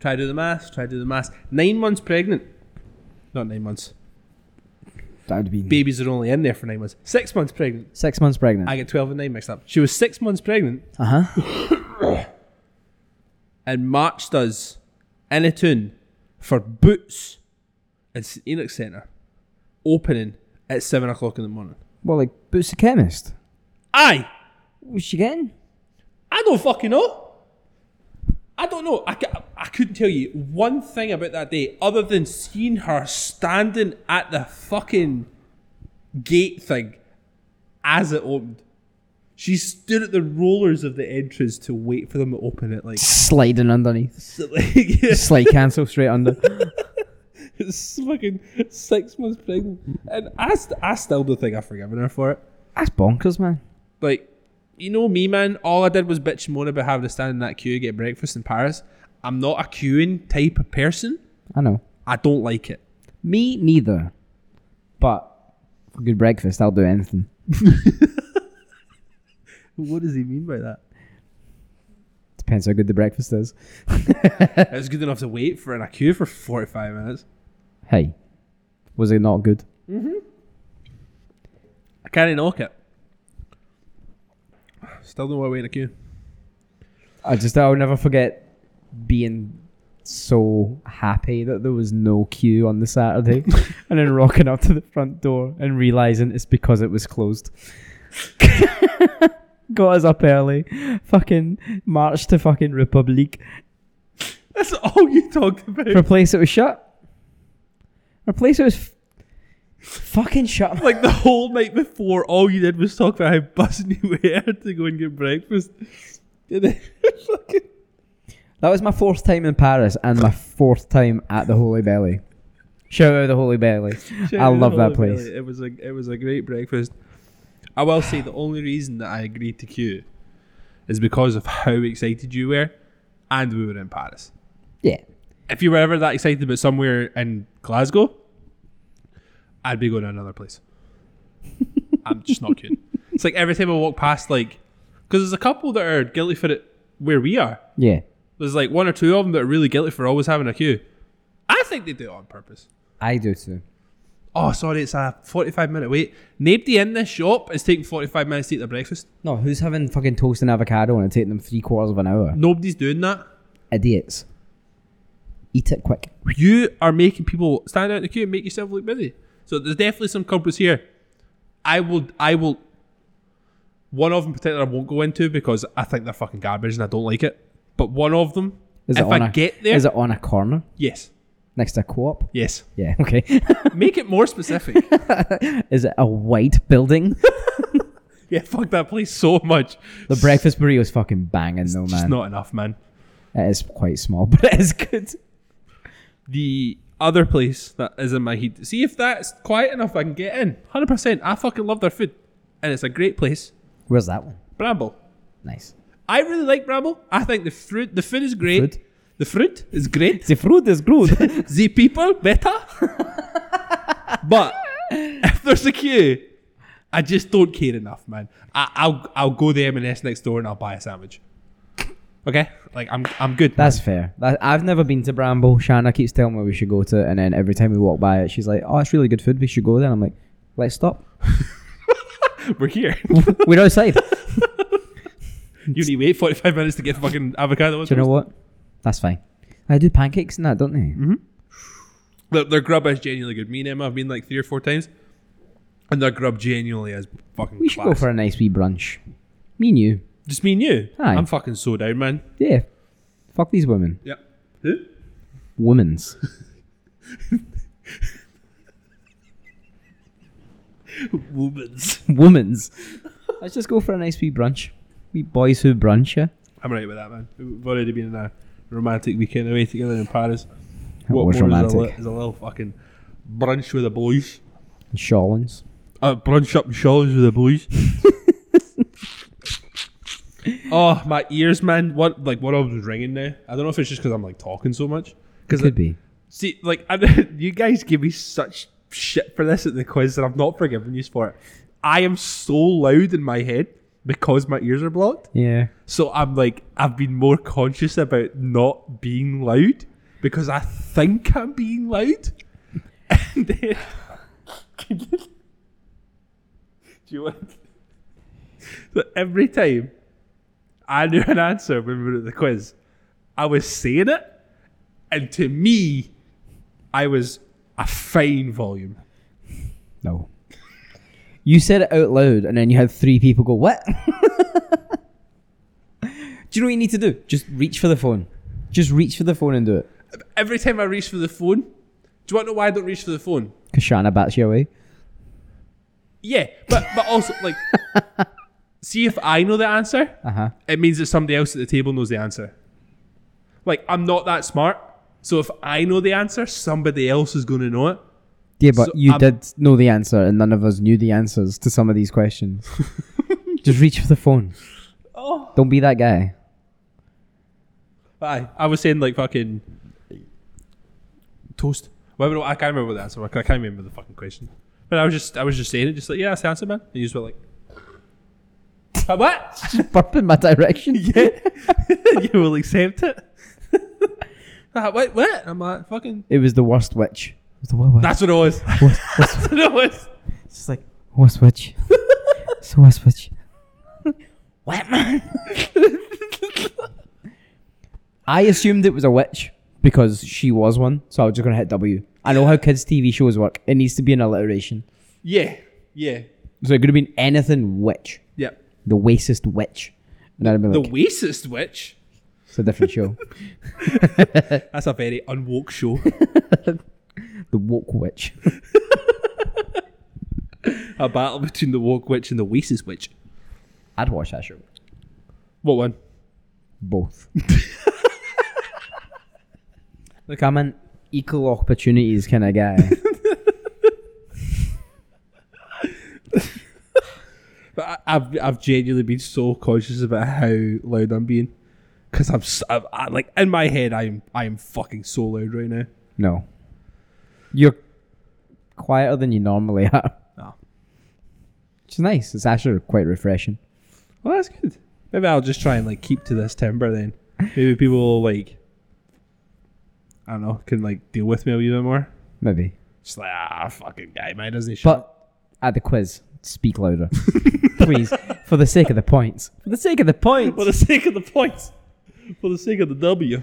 Speaker 1: try to do the math, try to do the math. Nine months pregnant. Not nine months.
Speaker 2: That would be
Speaker 1: Babies are only in there for nine months. Six months pregnant.
Speaker 2: six months pregnant.
Speaker 1: I get twelve and nine mixed up. She was six months pregnant
Speaker 2: Uh huh.
Speaker 1: and marched us in a tune for Boots in St Enoch Centre, opening at seven o'clock in the morning.
Speaker 2: Well, like, Boots the chemist.
Speaker 1: Aye,
Speaker 2: What was she getting?
Speaker 1: I don't fucking know. I don't know. I, ca- I couldn't tell you one thing about that day other than seeing her standing at the fucking gate thing as it opened. She stood at the rollers of the entrance to wait for them to open it. Like,
Speaker 2: Sliding underneath.
Speaker 1: so, like
Speaker 2: Slide cancel straight under.
Speaker 1: it's fucking six months pregnant. And I, st- I still don't think I've forgiven her for it.
Speaker 2: That's bonkers, man.
Speaker 1: Like, you know me, man. All I did was bitch and moan about having to stand in that queue to get breakfast in Paris. I'm not a queuing type of person.
Speaker 2: I know.
Speaker 1: I don't like it.
Speaker 2: Me neither. But for good breakfast, I'll do anything.
Speaker 1: What does he mean by that?
Speaker 2: Depends how good the breakfast is.
Speaker 1: It was good enough to wait for in a queue for 45 minutes.
Speaker 2: Hey, was it not good?
Speaker 1: I can't knock it. Still don't want to wait in a queue.
Speaker 2: I just I'll never forget being so happy that there was no queue on the Saturday, and then rocking up to the front door and realizing it's because it was closed. Got us up early, fucking marched to fucking Republic
Speaker 1: That's all you talked
Speaker 2: for a
Speaker 1: about.
Speaker 2: place that was shut. For a place that was f- fucking shut.
Speaker 1: Like the whole night before, all you did was talk about how buzzing you were to go and get breakfast. And then fucking
Speaker 2: That was my fourth time in Paris and my fourth time at the Holy Belly. Shout out the Holy Belly.
Speaker 1: General
Speaker 2: love
Speaker 1: Holy
Speaker 2: that place.
Speaker 1: Valley. It was a it was a great breakfast. I will say the only reason that I agreed to queue is because of how excited you were, and we were in Paris.
Speaker 2: Yeah.
Speaker 1: If you were ever that excited about somewhere in Glasgow, I'd be going to another place. I'm just not kidding. It's like every time I walk past, like, because there's a couple that are guilty for it where we are.
Speaker 2: Yeah.
Speaker 1: There's like one or two of them that are really guilty for always having a queue. I think they do it on purpose.
Speaker 2: I do too.
Speaker 1: Oh, sorry, it's a 45 minute wait. Nobody in this shop is taking 45 minutes to eat their breakfast.
Speaker 2: No, who's having fucking toast and avocado and it's taking them three quarters of an hour?
Speaker 1: Nobody's doing that.
Speaker 2: Idiots. Eat it quick.
Speaker 1: You are making people stand out in the queue and make yourself look busy. So there's definitely some culprits here. I will, I will. One of them in particular, I won't go into because I think they're fucking garbage and I don't like it. But one of them,
Speaker 2: Is
Speaker 1: if
Speaker 2: it on
Speaker 1: I
Speaker 2: a,
Speaker 1: get there,
Speaker 2: Is it on a corner
Speaker 1: yes,
Speaker 2: next to a co-op?
Speaker 1: yes,
Speaker 2: Yeah. Okay.
Speaker 1: make it more specific.
Speaker 2: is it a white building?
Speaker 1: yeah, fuck that place so much.
Speaker 2: the breakfast burrito is fucking banging though,
Speaker 1: It's
Speaker 2: man.
Speaker 1: not enough, man.
Speaker 2: it is quite small, but it is good.
Speaker 1: the other place that is in my heat. See if that's quiet enough I can get in. 100%. I fucking love their food. And it's a great place.
Speaker 2: Where's that one?
Speaker 1: Bramble.
Speaker 2: Nice.
Speaker 1: I really like Bramble. I think the fruit the food is great.
Speaker 2: Food?
Speaker 1: The fruit is great.
Speaker 2: The fruit is good.
Speaker 1: the people better. but if there's a queue, I just don't care enough, man. I, I'll I'll go to M&S next door and I'll buy a sandwich. Okay? Like I'm I'm good.
Speaker 2: That's fair. That, I've never been to Bramble. Shanna keeps telling me we should go to it, and then every time we walk by it, she's like, "Oh, it's really good food. We should go there." And I'm like, "Let's stop.
Speaker 1: We're here.
Speaker 2: We're outside." Do
Speaker 1: you need to wait 45 minutes to get fucking avocado.
Speaker 2: you know what? That's fine. I do pancakes and that, don't they?
Speaker 1: Their, their grub is genuinely good. Me and Emma have been like three or four times, and their grub genuinely is fucking.
Speaker 2: We should go
Speaker 1: class.
Speaker 2: for a nice wee brunch. Me and you.
Speaker 1: just me and you.
Speaker 2: Aye.
Speaker 1: I'm fucking so down, man.
Speaker 2: Yeah. Fuck these women.
Speaker 1: Yep. Who?
Speaker 2: Women's.
Speaker 1: Women's.
Speaker 2: Women's. Let's just go for a nice wee brunch. We boys who brunch, yeah.
Speaker 1: I'm right with that, man. We've already been in a romantic weekend away together in Paris.
Speaker 2: That was
Speaker 1: more Is, a,
Speaker 2: romantic.
Speaker 1: li- is a little fucking brunch with the boys.
Speaker 2: Shawlins.
Speaker 1: Uh, brunch up in Shaw's with the boys. oh, my ears, man. What like one of them's ringing now. I don't know if it's just because I'm like talking so much. Because
Speaker 2: Could be.
Speaker 1: See, like, I, you guys give me such shit for this at the quiz, and I'm not forgiving you for it. I am so loud in my head because my ears are blocked.
Speaker 2: Yeah.
Speaker 1: So I'm like, I've been more conscious about not being loud because I think I'm being loud. And then, do you want? So every time I knew an answer when we were at the quiz, I was saying it, and to me, I was a fine volume.
Speaker 2: No. You said it out loud, and then you had three people go, What? do you know what you need to do? Just reach for the phone. Just reach for the phone and do it.
Speaker 1: Every time I reach for the phone, do you want to know why I don't reach for the phone?
Speaker 2: Because Shanna bats you away.
Speaker 1: Yeah, but but also like, see if I know the answer,
Speaker 2: Uh huh.
Speaker 1: it means that somebody else at the table knows the answer. Like I'm not that smart, so if I know the answer, somebody else is going to know it.
Speaker 2: Yeah, but
Speaker 1: So,
Speaker 2: you
Speaker 1: um,
Speaker 2: did know the answer, and none of us knew the answers to some of these questions. Just reach for the phone.
Speaker 1: Oh,
Speaker 2: Don't be that guy.
Speaker 1: aye. I was saying like fucking toast. Well, no, I can't remember what the answer. was. I can't remember the fucking question. But I was just I was just saying it, just like yeah, that's the answer, man. And you just were like, "Uh, what?
Speaker 2: Just burp in my direction. Yeah.
Speaker 1: you will accept it? Uh, Wait, what? I'm like fucking.
Speaker 2: It was the worst witch. It was the what?
Speaker 1: That's what it was.
Speaker 2: Worst, worst,
Speaker 1: That's what it was.
Speaker 2: just like worst witch. it's the worst witch. what man? I assumed it was a witch because she was one, so I was just gonna hit W. I know how kids' TV shows work. It needs to be an alliteration,
Speaker 1: Yeah, yeah,
Speaker 2: so it could have been anything witch.
Speaker 1: yeah.
Speaker 2: The wasteest witch. And I'd be
Speaker 1: The
Speaker 2: like,
Speaker 1: Wasist Witch.
Speaker 2: it's a different show.
Speaker 1: That's a very unwoke show.
Speaker 2: the woke witch.
Speaker 1: a battle between the woke witch and the Wasis witch.
Speaker 2: I'd watch that show.
Speaker 1: What one?
Speaker 2: Both. Look, I'm an equal opportunities kind of guy.
Speaker 1: I've I've genuinely been so conscious about how loud I'm being because I'm, s- I'm I, like in my head I'm I am fucking so loud right now.
Speaker 2: No. You're quieter than you normally are.
Speaker 1: No.
Speaker 2: Which is nice. It's actually quite refreshing.
Speaker 1: Well, that's good. Maybe I'll just try and like keep to this timber then. Maybe people will, like I don't know can like deal with me a wee bit more.
Speaker 2: Maybe.
Speaker 1: Just like ah fucking guy man doesn't he? shut
Speaker 2: But at the quiz, speak louder. Please. For the sake of the points. For the sake of the points.
Speaker 1: For the sake of the points. For the sake of the W.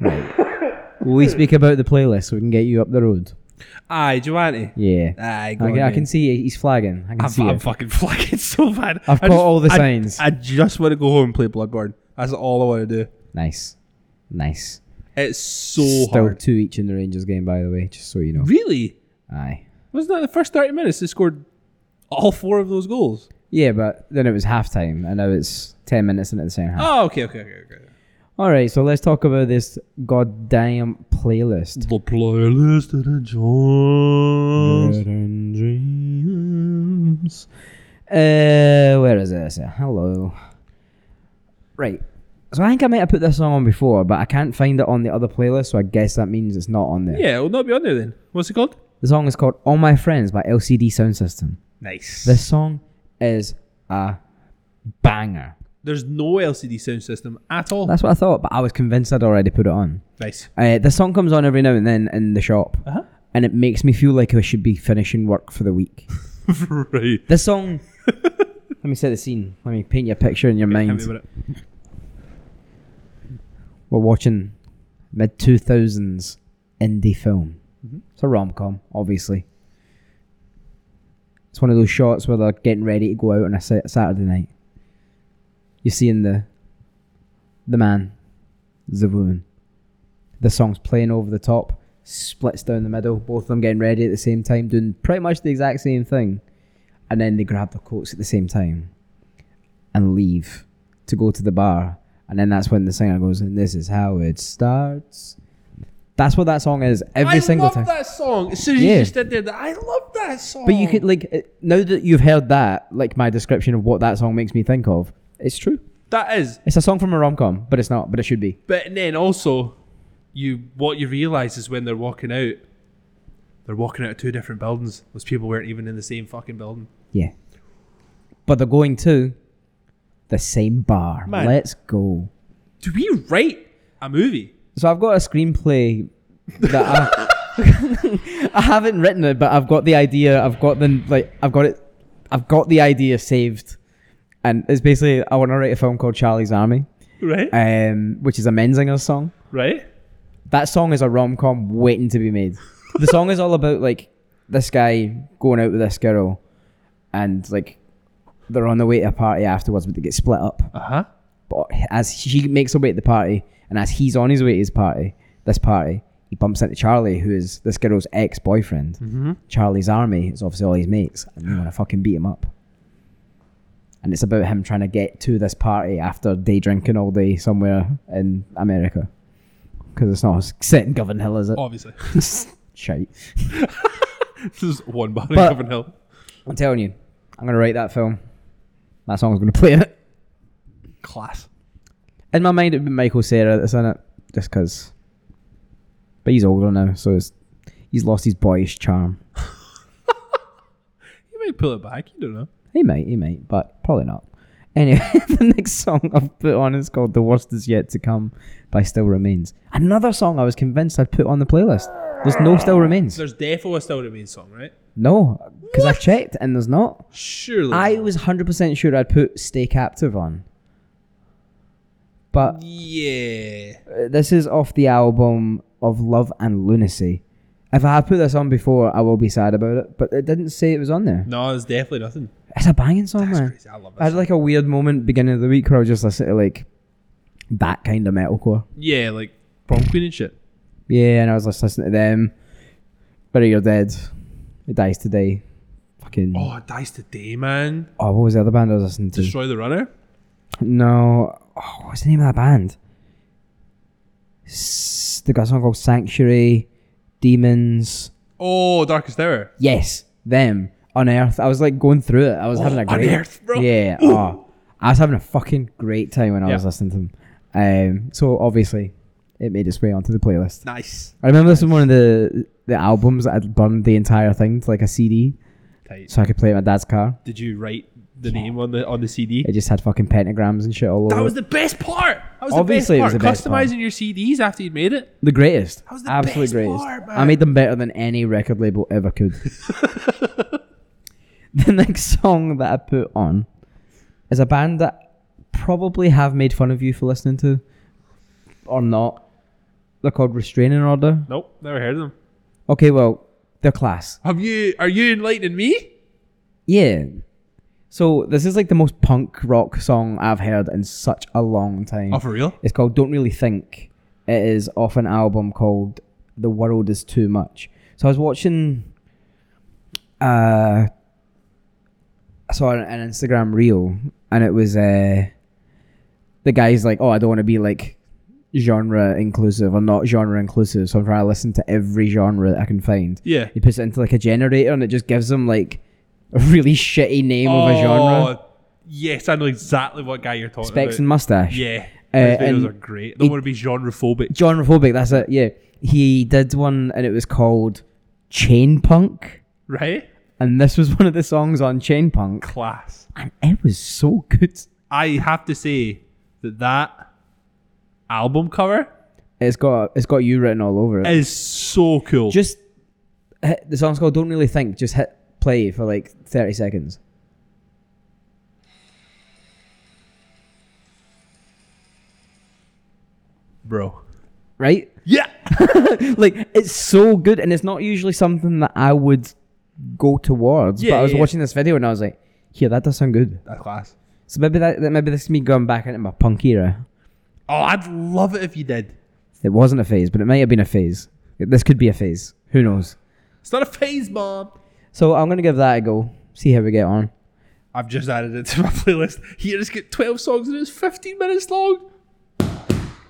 Speaker 2: Will we speak about the playlist so we can get you up the road?
Speaker 1: Aye, Giovanni.
Speaker 2: Yeah.
Speaker 1: Aye, go
Speaker 2: I,
Speaker 1: on,
Speaker 2: I
Speaker 1: man.
Speaker 2: can see he's flagging. I can
Speaker 1: I'm,
Speaker 2: see
Speaker 1: I'm
Speaker 2: it.
Speaker 1: fucking flagging so bad.
Speaker 2: I've
Speaker 1: I
Speaker 2: caught all the
Speaker 1: I-
Speaker 2: signs.
Speaker 1: I just want to go home and play Bloodborne. That's all I want to do.
Speaker 2: Nice. Nice.
Speaker 1: It's so
Speaker 2: Still
Speaker 1: hard.
Speaker 2: two each in the Rangers game, by the way, just so you know.
Speaker 1: Really?
Speaker 2: Aye.
Speaker 1: Wasn't that the first 30 minutes they scored all four of those goals?
Speaker 2: Yeah, but then it was halftime, and now it's 10 minutes into the second half.
Speaker 1: Oh, okay, okay, okay, okay.
Speaker 2: All right, so let's talk about this goddamn playlist.
Speaker 1: The playlist that enjoys.
Speaker 2: Dreams. Uh, where is this? Uh, Hello. Right. So I think I might have put this song on before, but I can't find it on the other playlist, so I guess that means it's not on there.
Speaker 1: Yeah, it will not be on there then. What's it called?
Speaker 2: The song is called All My Friends by LCD Sound System.
Speaker 1: Nice.
Speaker 2: This song is a banger.
Speaker 1: There's no LCD sound system at all.
Speaker 2: That's what I thought, but I was convinced I'd already put it on.
Speaker 1: nice.
Speaker 2: Uh, this song comes on every now and then in the shop,
Speaker 1: Uh-huh.
Speaker 2: and it makes me feel like I should be finishing work for the week.
Speaker 1: right.
Speaker 2: This song. let me set the scene. Let me paint you a picture in your
Speaker 1: Tell
Speaker 2: mind.
Speaker 1: me about it.
Speaker 2: We're watching mid 2000s indie film.
Speaker 1: Mhm.
Speaker 2: It's a rom com, obviously. It's one of those shots where they're getting ready to go out on a sa- Saturday night. You're seeing the the man, the woman. The song's playing over the top, splits down the middle, both of them getting ready at the same time, doing pretty much the exact same thing. And then they grab their coats at the same time and leave to go to the bar. And then that's when the singer goes, and this is how it starts. That's what that song is every
Speaker 1: I
Speaker 2: single
Speaker 1: love
Speaker 2: time.
Speaker 1: that song. As soon as
Speaker 2: Yeah.
Speaker 1: you just did there, that- I love that song.
Speaker 2: But you could like uh, now that you've heard that, like my description of what that song makes me think of, it's true.
Speaker 1: That is.
Speaker 2: It's a song from a rom com, but it's not, but it should be.
Speaker 1: But then also, you what you realise is when they're walking out, they're walking out of two different buildings. Those people weren't even in the same fucking building.
Speaker 2: Yeah. But they're going to the same bar.
Speaker 1: Man.
Speaker 2: Let's go.
Speaker 1: Do we write a movie?
Speaker 2: So I've got a screenplay that I, I haven't written it, but I've got the idea. I've got the like. I've got it. I've got the idea saved, and it's basically I want to write a film called Charlie's Army,
Speaker 1: Right?
Speaker 2: um, which is a Menzinger song.
Speaker 1: right?
Speaker 2: that song is a rom com waiting to be made. The song is all about like this guy going out with this girl, and like they're on the way to a party afterwards, but they get split up.
Speaker 1: Uh huh.
Speaker 2: But as she makes her way to the party, and as he's on his way to his party, this party, he bumps into Charlie, who is this girl's ex boyfriend.
Speaker 1: Mm-hmm.
Speaker 2: Charlie's army is obviously all his mates, and they want to fucking beat him up. And it's about him trying to get to this party after day drinking all day somewhere in America. Because it's not set in Govan Hill, is it?
Speaker 1: Obviously,
Speaker 2: Shite.
Speaker 1: this is one bar in
Speaker 2: But-
Speaker 1: Coven Hill.
Speaker 2: I'm telling you, I'm going to write that film. That song's going to play in it.
Speaker 1: Class.
Speaker 2: In my mind, it'd be Michael Cera that's in it, just because. But he's older now, so it's, he's lost his boyish charm.
Speaker 1: You might pull it back. You don't know.
Speaker 2: He might, he might, but probably not. Anyway, the next song I've put on is called The Worst Is Yet to Come by Still Remains. Another song I was convinced I'd put on the playlist. There's no Still Remains.
Speaker 1: There's definitely still the main song, right?
Speaker 2: No, because I've checked and there's not.
Speaker 1: Surely.
Speaker 2: I was 100% sure I'd put Stay Captive on. But
Speaker 1: Yeah.
Speaker 2: uh, this is off the album of Love and Lunacy. If I had put this on before, I will be sad about it, but it didn't say it was on there.
Speaker 1: No, there's definitely nothing.
Speaker 2: It's a banging song,
Speaker 1: That's
Speaker 2: man.
Speaker 1: crazy. I love
Speaker 2: I
Speaker 1: that.
Speaker 2: had
Speaker 1: song.
Speaker 2: like a weird moment beginning of the week where I was just listening to like that kind of metalcore.
Speaker 1: Yeah, like prom queen and shit.
Speaker 2: Yeah, and I was just listening to them. Bury Your Dead. It dies today. Fucking oh.
Speaker 1: Oh, it dies today, man.
Speaker 2: what was the other band I was listening to?
Speaker 1: Destroy the runner.
Speaker 2: no. Oh, what's the name of that band? S- they got a song called Sanctuary, Demons.
Speaker 1: Oh, Darkest Hour.
Speaker 2: Yes, them. Unearth. I was like going through it. I was having a great
Speaker 1: Unearth, Oh, bro.
Speaker 2: Yeah. Oh, I was having a fucking great time when I was
Speaker 1: Yeah.
Speaker 2: listening to them. Um, so obviously, it made its way onto the playlist.
Speaker 1: Nice.
Speaker 2: I remember this was one of the the albums that I'd burned the entire thing to like a CD,
Speaker 1: Tight.
Speaker 2: so I could play it in my dad's car.
Speaker 1: Did you write the name on the on the CD?
Speaker 2: It just had fucking pentagrams and shit all over.
Speaker 1: That
Speaker 2: it.
Speaker 1: was the best part. That was
Speaker 2: Obviously, it
Speaker 1: the
Speaker 2: was
Speaker 1: best part.
Speaker 2: the best part.
Speaker 1: Customizing your CDs after you'd made it.
Speaker 2: The greatest.
Speaker 1: was the
Speaker 2: Absolute
Speaker 1: best
Speaker 2: greatest.
Speaker 1: part, man.
Speaker 2: I made them better than any record label ever could. the next song that I put on is a band that probably have made fun of you for listening to or not. They're called Restraining Order.
Speaker 1: Nope, never heard of them.
Speaker 2: Okay, well, they're class.
Speaker 1: Have you? Are you enlightening me?
Speaker 2: Yeah. So this is like the most punk rock song I've heard in such a long time.
Speaker 1: Oh, for real?
Speaker 2: It's called Don't Really Think. It is off an album called The World Is Too Much. So I was watching uh I saw an, an Instagram reel and it was uh the guy's like, Oh, I don't want to be like genre inclusive or not genre inclusive, so I'm trying to listen to every genre that I can find.
Speaker 1: Yeah.
Speaker 2: He puts it into like a generator and it just gives him like a really shitty name of a genre.
Speaker 1: Oh, Yes, I know exactly what guy you're talking
Speaker 2: Specs and
Speaker 1: about.
Speaker 2: mustache.
Speaker 1: yeah,
Speaker 2: Uh,
Speaker 1: those videos
Speaker 2: and
Speaker 1: are great. Don't
Speaker 2: it-
Speaker 1: want to be genre phobic.
Speaker 2: Genrophobic, that's it, yeah. He did one and it was called Chain Punk.
Speaker 1: Right?
Speaker 2: And this was one of the songs on Chain Punk.
Speaker 1: Class.
Speaker 2: And it was so good.
Speaker 1: I have to say that that album cover
Speaker 2: It's got it's got you written all over it.
Speaker 1: is so cool.
Speaker 2: just hit, the song's called Don't Really Think. Just hit play for like 30 seconds.
Speaker 1: bro.
Speaker 2: Right?
Speaker 1: Yeah.
Speaker 2: like it's so good and it's not usually something that I would go towards.
Speaker 1: Yeah,
Speaker 2: but I was
Speaker 1: yeah, yeah.
Speaker 2: watching this video and I was like, yeah, that does sound good.
Speaker 1: That's class.
Speaker 2: So maybe that, that maybe this is me going back into my punk era.
Speaker 1: Oh, I'd love it if you did.
Speaker 2: It wasn't a phase, but it might have been a phase. This could be a phase. Who knows?
Speaker 1: It's not a phase, mom.
Speaker 2: So I'm gonna give that a go. See how we get on.
Speaker 1: I've just added it to my playlist. He just got 12 songs and it's 15 minutes long.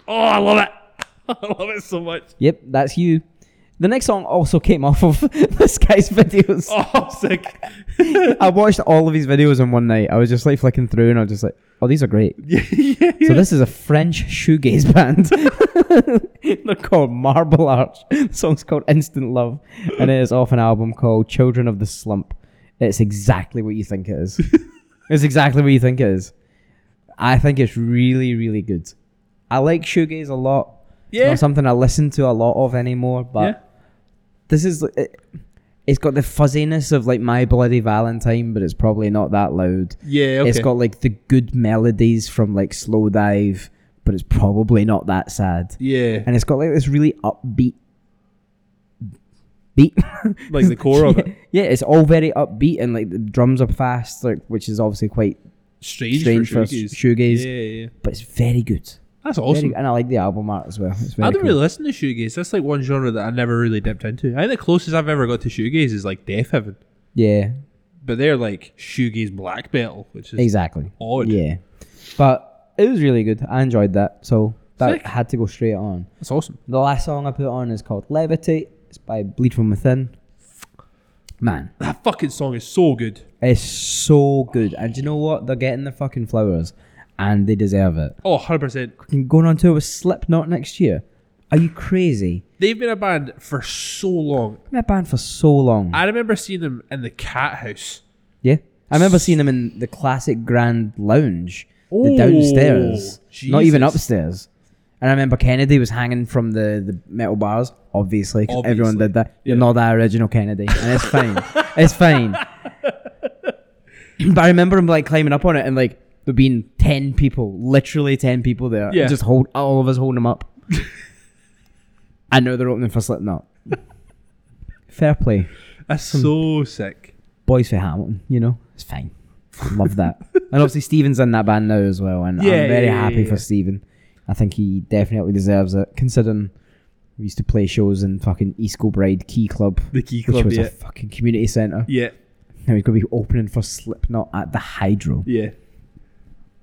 Speaker 1: Oh, I love it. I love it so much.
Speaker 2: Yep, that's you. The next song also came off of this guy's videos.
Speaker 1: Oh, I'm sick.
Speaker 2: I watched all of his videos in one night. I was just like flicking through, and I was just like, "Oh, these are great."
Speaker 1: yeah, yeah, yeah.
Speaker 2: So this is a French shoegaze band. They're called Marble Arch. The song's called Instant Love, and it is off an album called Children of the Slump. It's exactly what you think it is. it's exactly what you think it is. I think it's really, really good. I like shoegaze a lot. It's
Speaker 1: Yeah.
Speaker 2: not something I listen to a lot of anymore, but
Speaker 1: Yeah.
Speaker 2: this is it, it's got the fuzziness of like My Bloody Valentine, but it's probably not that loud.
Speaker 1: Yeah, okay.
Speaker 2: It's got like the good melodies from like Slow Dive, but it's probably not that sad.
Speaker 1: yeah.
Speaker 2: And it's got like this really upbeat beat.
Speaker 1: Like the core of it.
Speaker 2: yeah, it's all very upbeat and like the drums are fast, like which is obviously quite
Speaker 1: Strange,
Speaker 2: strange
Speaker 1: for
Speaker 2: for,
Speaker 1: shoegaze.
Speaker 2: shoegaze,
Speaker 1: Yeah, yeah.
Speaker 2: but it's very good.
Speaker 1: That's
Speaker 2: Very
Speaker 1: awesome.
Speaker 2: good. and I like the album art as well. It's very
Speaker 1: I don't
Speaker 2: cool.
Speaker 1: really listen to shoegaze. That's like one genre that I never really dipped into. I think the closest I've ever got to shoegaze is like Death Heaven,
Speaker 2: Yeah,
Speaker 1: but they're like shoegaze black metal, which is
Speaker 2: exactly.
Speaker 1: odd.
Speaker 2: Yeah. But it was really good. I enjoyed that. So that
Speaker 1: Sick.
Speaker 2: had to go straight on.
Speaker 1: That's awesome.
Speaker 2: The last song I put on is called Levitate. It's by Bleed From Within. Man,
Speaker 1: That fucking song is so good.
Speaker 2: it's so good. And do you know what? They're getting their fucking flowers and they deserve it.
Speaker 1: Oh, 100%.
Speaker 2: Fucking going on tour with Slipknot next year. Are you crazy?
Speaker 1: They've been a band for so long.
Speaker 2: I've been a band for so long.
Speaker 1: I remember seeing them in the cat house.
Speaker 2: yeah. I remember seeing them in the classic Grand Lounge, the
Speaker 1: Oh,
Speaker 2: downstairs, not even
Speaker 1: Jesus.
Speaker 2: upstairs. And I remember Kennedy was hanging from the, the metal bars, obviously, 'cause everyone
Speaker 1: Obviously,
Speaker 2: did that. You're
Speaker 1: yeah.
Speaker 2: not that original Kennedy, and it's fine. it's fine. but I remember him like climbing up on it and like there being ten people, literally ten people there,
Speaker 1: Yeah.
Speaker 2: just hold all of us holding him up. I know they're opening for Slipknot. Fair play
Speaker 1: That's
Speaker 2: Hmm.
Speaker 1: so sick.
Speaker 2: boys for Hamilton, you know, it's fine. Love that. and obviously, Steven's in that band now as well, and
Speaker 1: Yeah,
Speaker 2: I'm very
Speaker 1: yeah, yeah,
Speaker 2: happy
Speaker 1: yeah, yeah.
Speaker 2: for Steven. I think he definitely deserves it, considering we used to play shows in fucking East Kilbride Key Club,
Speaker 1: The Key
Speaker 2: which
Speaker 1: Club,
Speaker 2: was
Speaker 1: yeah.
Speaker 2: a fucking community centre.
Speaker 1: Yeah,
Speaker 2: Now he's going to be opening for Slipknot at the Hydro.
Speaker 1: yeah.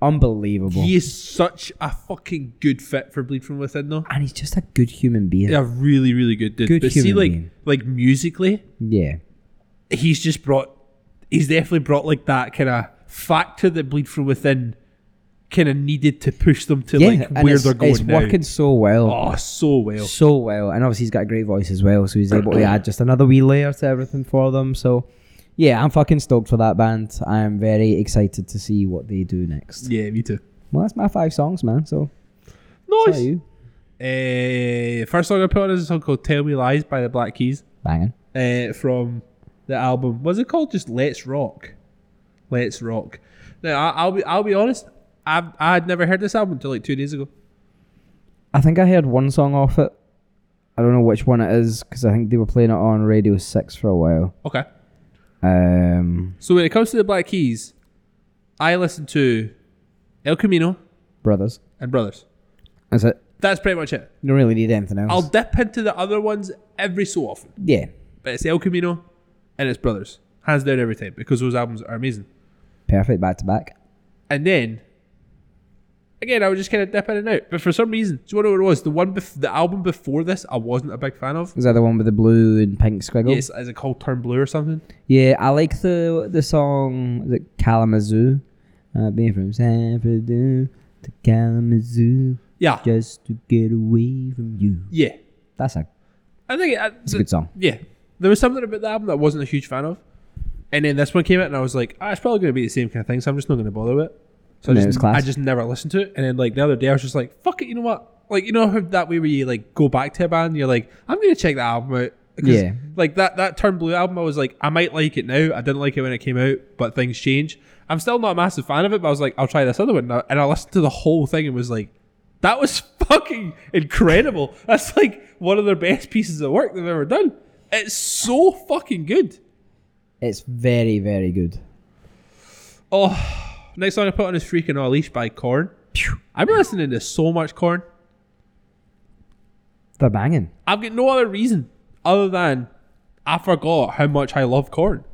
Speaker 2: Unbelievable.
Speaker 1: He is such a fucking good fit for Bleed From Within, though.
Speaker 2: and he's just a good human being.
Speaker 1: Yeah, really, really good dude.
Speaker 2: Good
Speaker 1: but see,
Speaker 2: human
Speaker 1: like,
Speaker 2: being.
Speaker 1: like musically,
Speaker 2: Yeah.
Speaker 1: he's just brought he's definitely brought like that kind of factor that bleed from within, kind of needed to push them to
Speaker 2: yeah,
Speaker 1: like
Speaker 2: and
Speaker 1: where
Speaker 2: it's,
Speaker 1: they're going
Speaker 2: it's
Speaker 1: now.
Speaker 2: working so well.
Speaker 1: Oh, so well.
Speaker 2: so well, and obviously he's got a great voice as well, so he's able to add just another wee layer to everything for them. So, yeah, I'm fucking stoked for that band. I am very excited to see what they do next.
Speaker 1: Yeah, me too.
Speaker 2: Well, that's my five songs, man. So, how are
Speaker 1: Nice.
Speaker 2: you?
Speaker 1: Uh, first song I put on is a song called "Tell Me Lies" by the Black Keys
Speaker 2: Banging.
Speaker 1: uh, from the album. What's it called? Just "Let's Rock." Let's rock. Now I, I'll be I'll be honest. I I had never heard this album until like two days ago.
Speaker 2: I think I heard one song off it. I don't know which one it is because I think they were playing it on Radio Six for a while.
Speaker 1: Okay.
Speaker 2: Um,
Speaker 1: So when it comes to the Black Keys, I listen to El Camino
Speaker 2: brothers,
Speaker 1: and Brothers.
Speaker 2: that's it.
Speaker 1: That's pretty much it.
Speaker 2: You don't really need anything else.
Speaker 1: I'll dip into the other ones every so often,
Speaker 2: yeah,
Speaker 1: but it's El Camino and it's Brothers, hands down every time because those albums are amazing.
Speaker 2: perfect back to back.
Speaker 1: And then, again, I would just kind of dip in and out. But for some reason, do you know what it was? The one, bef- the album before this, I wasn't a big fan of.
Speaker 2: Is that the one with the blue and pink squiggle?
Speaker 1: Yes, is it called Turn Blue or something?
Speaker 2: Yeah, I like the the song is it Kalamazoo. Uh, being from San Francisco to Kalamazoo
Speaker 1: Yeah, yeah.
Speaker 2: just to get away from you. That's a,
Speaker 1: I think I,
Speaker 2: it's a good song.
Speaker 1: yeah, there was something about the album that I wasn't a huge fan of. And then this one came out, and I was like, ah, it's probably going to be the same kind of thing, so I'm just not going to bother with it. So I
Speaker 2: No,
Speaker 1: just,
Speaker 2: it's class.
Speaker 1: I just never listened to it. And then like the other day, I was just like, fuck it, you know what? Like you know how that way where you like go back to a band, you're like, I'm going to check that album out. 'Cause,
Speaker 2: Yeah.
Speaker 1: Like that that Turn Blue album, I was like, I might like it now. I didn't like it when it came out, but things change. I'm still not a massive fan of it, but I was like, I'll try this other one. And I, and I listened to the whole thing and was like, that was fucking incredible. That's like one of their best pieces of work they've ever done. It's so fucking good.
Speaker 2: It's very very good.
Speaker 1: Oh, next song I put on is "Freaking On a Leash" by Korn. I've been listening to so much Korn.
Speaker 2: They're banging.
Speaker 1: I've got no other reason other than I forgot how much I love Korn.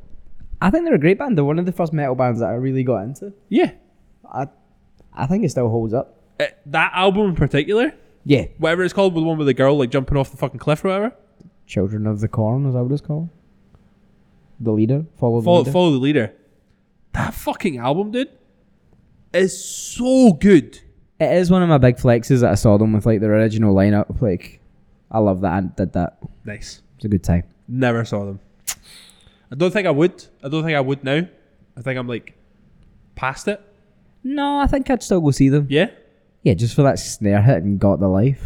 Speaker 2: I think they're a great band. They're one of the first metal bands that I really got into.
Speaker 1: Yeah,
Speaker 2: I I think it still holds up.
Speaker 1: Uh, that album in particular,
Speaker 2: Yeah,
Speaker 1: whatever it's called, with the one with the girl like jumping off the fucking cliff or whatever.
Speaker 2: Children of the Corn is that what it's called? The leader follow,
Speaker 1: Follow,
Speaker 2: the leader.
Speaker 1: follow the leader. That fucking album, dude, is so good.
Speaker 2: It is one of my big flexes that I saw them with like their original lineup. Like, I love that and did that.
Speaker 1: Nice.
Speaker 2: It's a good time.
Speaker 1: Never saw them. I don't think I would. I don't think I would now. I think I'm like past it.
Speaker 2: No, I think I'd still go see them.
Speaker 1: Yeah.
Speaker 2: Yeah, just for that snare hit and got the life.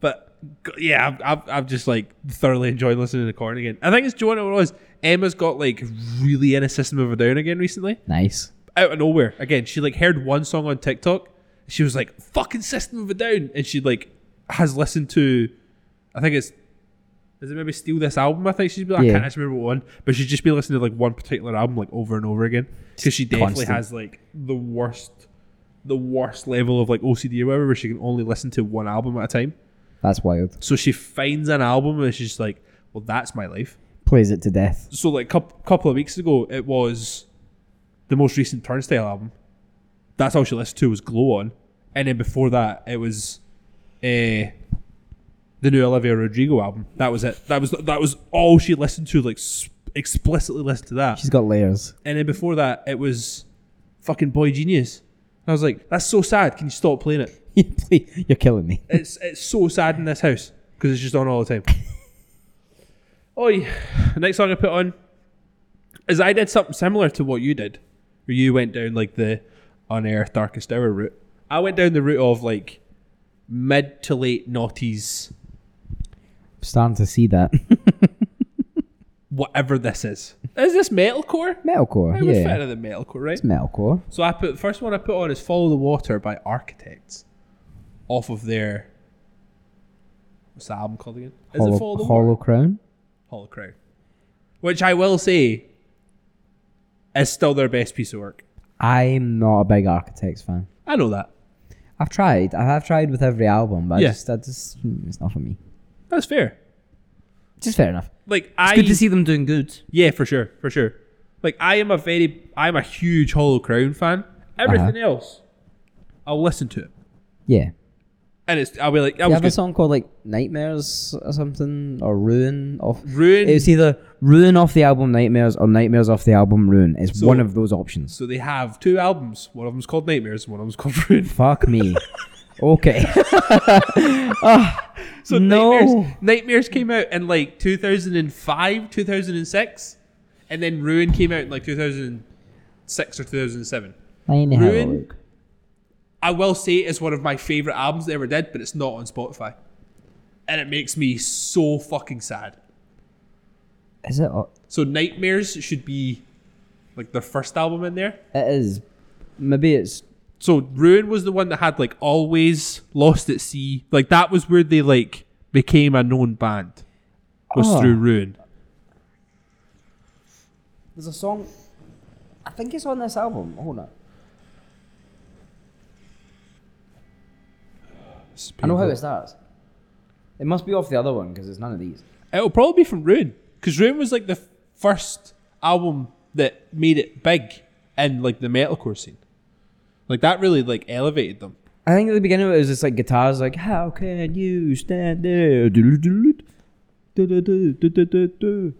Speaker 1: But g- yeah, I've, I've, I've just like thoroughly enjoyed listening to Korn again. I think it's do you know what it was? Emma's got like really in a System of a Down again recently,
Speaker 2: Nice.
Speaker 1: out of nowhere. Again, she like heard one song on TikTok. She was like, "Fucking System of a Down," and she like has listened to, I think it's, is it maybe Steal This album? I think she's been. I
Speaker 2: Yeah.
Speaker 1: can't actually remember what one, but she's just been listening to like one particular album like over and over again because she definitely
Speaker 2: Constant.
Speaker 1: has like the worst, the worst level of like OCD or whatever, where she can only listen to one album at a time.
Speaker 2: That's wild.
Speaker 1: So she finds an album and she's like, well, that's my life.
Speaker 2: Plays it to death.
Speaker 1: So like a couple of weeks ago, it was the most recent Turnstile album. That's all she listened to was Glow On, and then before that, it was uh, the new Olivia Rodrigo album. That was it. That was that was all she listened to. Like s- explicitly listened to that,
Speaker 2: She's got layers.
Speaker 1: and then before that, it was fucking Boy Genius. And I was like, that's so sad. Can you stop playing it?
Speaker 2: You're killing me.
Speaker 1: It's it's so sad in this house because it's just on all the time. Oi, next song I put on is I did something similar to what you did, where you went down like the on air darkest hour route. I went down the route of like mid to late noughties,
Speaker 2: starting to see that.
Speaker 1: whatever this is. Is this metalcore?
Speaker 2: metalcore.
Speaker 1: I'm a
Speaker 2: yeah.
Speaker 1: fan of the metalcore, right?
Speaker 2: It's metalcore.
Speaker 1: So I put first one I put on is Follow the Water by Architects, off of their what's the album called again? Is it Follow the
Speaker 2: Hollow,
Speaker 1: Water?
Speaker 2: Hollow Crown.
Speaker 1: Hollow Crown, which I will say is still their best piece of work.
Speaker 2: I'm not a big Architects fan.
Speaker 1: I know that.
Speaker 2: I've tried. I have tried with every album, but
Speaker 1: Yeah.
Speaker 2: I just, I just, mm, it's not for me.
Speaker 1: That's fair.
Speaker 2: Just fair enough.
Speaker 1: Like I,
Speaker 2: see them doing good.
Speaker 1: yeah, for sure, for sure. Like I am a very, I'm a
Speaker 2: Uh-huh.
Speaker 1: huge Hollow Crown fan. Everything else, I'll listen to it.
Speaker 2: Yeah.
Speaker 1: and it's I'll be like, that
Speaker 2: You
Speaker 1: was
Speaker 2: have a
Speaker 1: good.
Speaker 2: song called like Nightmares or something or Ruin off.
Speaker 1: Ruin.
Speaker 2: It's either Ruin off the album Nightmares or Nightmares off the album Ruin. It's
Speaker 1: So-
Speaker 2: one of those options.
Speaker 1: so they have two albums. One of them's called Nightmares, and one of them's called Ruin.
Speaker 2: Fuck me. Okay. Ah,
Speaker 1: So
Speaker 2: no.
Speaker 1: Nightmares, Nightmares came out in like 2005, 2006, and then Ruin came out in like 2006 or 2007.
Speaker 2: I ain't have a
Speaker 1: Ruin?
Speaker 2: look.
Speaker 1: I will say it's one of my favorite albums they ever did, but it's not on Spotify, and it makes me so fucking sad.
Speaker 2: Is it? o-
Speaker 1: So Nightmares should be like their first album in there.
Speaker 2: It is. Maybe it's.
Speaker 1: So Ruin was the one that had like Always Lost at Sea. Like that was where they like became a known band. Was
Speaker 2: Ah.
Speaker 1: through Ruin.
Speaker 2: There's a song. I think it's on this album. Hold on. I know how it starts. It must be off the other one because it's none of these.
Speaker 1: It'll probably be from Ruin because Ruin was like the f- first album that made it big in like the metalcore scene. Like that really like elevated them.
Speaker 2: I think at the beginning of it was just like guitars, like "How can you stand there?" Doo-doo-doo-doo. Doo-doo-doo-doo-doo-doo.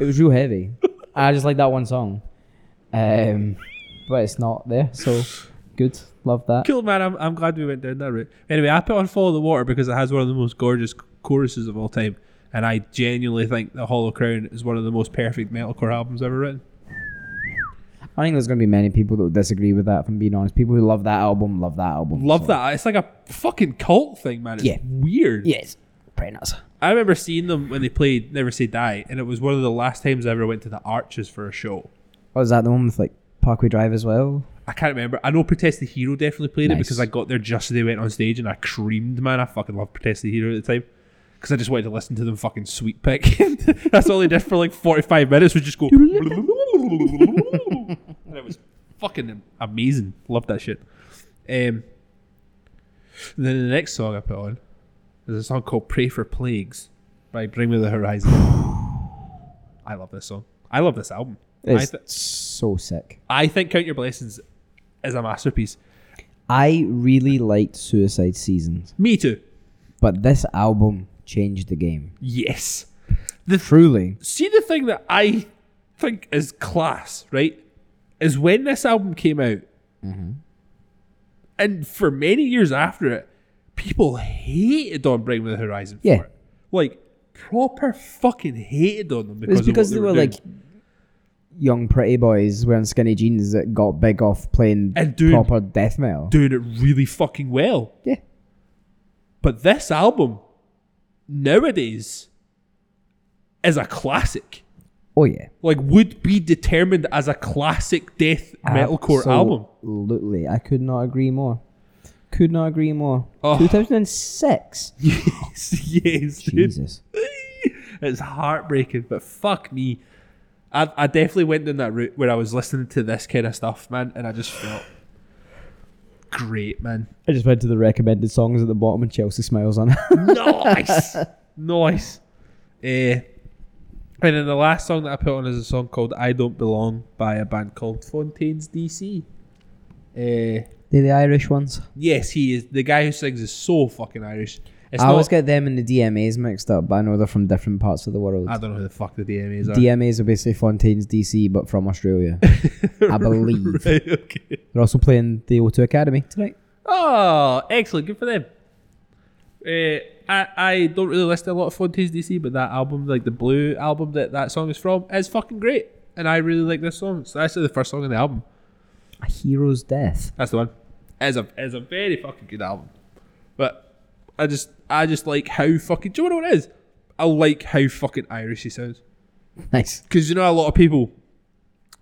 Speaker 2: It was real heavy. I just like that one song, um, but it's not there. So good, love that.
Speaker 1: Cool man, I'm, I'm glad we went down that route. Anyway, I put on Follow the Water because it has one of the most gorgeous choruses of all time, and I genuinely think the Hollow Crown is one of the most perfect metalcore albums ever written.
Speaker 2: I think there's gonna be many people that will disagree with that. If I'm being honest, people who love that album love that album.
Speaker 1: Love
Speaker 2: so-
Speaker 1: that. It's like a fucking cult thing, man. It's
Speaker 2: Yeah.
Speaker 1: weird.
Speaker 2: Yes, pretty nuts.
Speaker 1: I remember seeing them when they played Never Say Die, and it was one of the last times I ever went to the Arches for a show.
Speaker 2: Was that the one with like Parkway Drive as well?
Speaker 1: I can't remember. I know Protest the Hero definitely played it
Speaker 2: Nice.
Speaker 1: because I got there just as they went on stage and I creamed, man. I fucking loved Protest the Hero at the time because I just wanted to listen to them fucking sweet pick. That's all they did for like 45 minutes was just go. and it was fucking amazing. Loved that shit. Um, then the next song I put on is a song called Pray for Plagues by Bring Me the Horizon. I love this song. I love this album. I,
Speaker 2: It's
Speaker 1: th-
Speaker 2: so sick.
Speaker 1: I think Count Your Blessings is a masterpiece.
Speaker 2: I really liked Suicide Seasons,
Speaker 1: Me too.
Speaker 2: but this album changed the game.
Speaker 1: Yes.
Speaker 2: Truly.
Speaker 1: See the thing that I think is class, right? Is when this album came out, and for many years after it, people hated on Bring Me the Horizon
Speaker 2: Yeah.
Speaker 1: for it. Like proper fucking hated on them because,
Speaker 2: It was because
Speaker 1: of
Speaker 2: they
Speaker 1: what
Speaker 2: were
Speaker 1: doing.
Speaker 2: like young pretty boys wearing skinny jeans that got big off playing
Speaker 1: And doing-
Speaker 2: proper death metal.
Speaker 1: doing it really fucking well.
Speaker 2: Yeah.
Speaker 1: But this album nowadays is a classic.
Speaker 2: Oh yeah.
Speaker 1: Like would be determined as a classic death metalcore album.
Speaker 2: Absolutely. I could not agree more. Could not agree more.
Speaker 1: Oh.
Speaker 2: 2006.
Speaker 1: Yes, yes, dude.
Speaker 2: Jesus.
Speaker 1: It's heartbreaking, but fuck me. I, I definitely went down that route where I was listening to this kind of stuff, man, and I just felt great, man.
Speaker 2: I just went to the recommended songs at the bottom and Chelsea smiles on it.
Speaker 1: Nice, nice. Eh, and then the last song that I put on is a song called "I Don't Belong" by a band called Fontaines DC. Uh,
Speaker 2: They're the Irish ones.
Speaker 1: yes, he is the guy who sings is so fucking Irish. It's
Speaker 2: I
Speaker 1: not.
Speaker 2: always get them and the DMAs mixed up, but I know they're from different parts of the world.
Speaker 1: I don't know who the fuck the DMAs are.
Speaker 2: DMAs are basically Fontaine's DC, but from Australia. I believe.
Speaker 1: Right, okay.
Speaker 2: They're also playing the O2 Academy tonight.
Speaker 1: Oh, excellent. Good for them. Uh, I, I don't really listen to a lot of Fontaines DC, but that album, like the blue album that that song is from, is fucking great. And I really like this song. It's actually the first song on the album.
Speaker 2: A hero's death.
Speaker 1: That's the one. It's a, it's a very fucking good album. But I just I just like how fucking. Do you know what it is? I like how fucking Irish he sounds.
Speaker 2: Nice.
Speaker 1: Because you know, a lot of people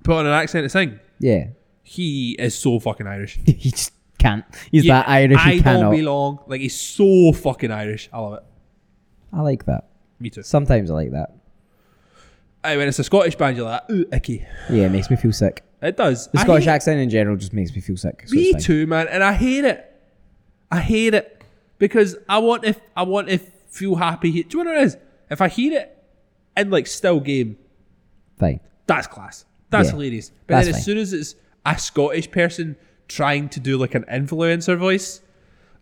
Speaker 1: put on an accent to sing.
Speaker 2: Yeah.
Speaker 1: He is so fucking Irish.
Speaker 2: he just can't. He's
Speaker 1: Yeah,
Speaker 2: that Irish.
Speaker 1: I
Speaker 2: He cannot.
Speaker 1: don't belong. Like he's so fucking Irish. I love it.
Speaker 2: I like that.
Speaker 1: Me too.
Speaker 2: Sometimes I like that.
Speaker 1: Aye, when it's a Scottish band, you're like, ooh, icky.
Speaker 2: Yeah, it makes me feel sick.
Speaker 1: It does.
Speaker 2: The
Speaker 1: I
Speaker 2: Scottish
Speaker 1: hate-
Speaker 2: accent in general just makes me feel sick. so
Speaker 1: Me
Speaker 2: it's fine.
Speaker 1: too, man. And I hate it. I hate it because I want if I want to feel happy. Do you know what it is? If I hear it in like still game,
Speaker 2: Fine.
Speaker 1: that's class. That's
Speaker 2: Yeah.
Speaker 1: hilarious. But
Speaker 2: That's
Speaker 1: then as
Speaker 2: fine.
Speaker 1: soon as it's a Scottish person trying to do like an influencer voice,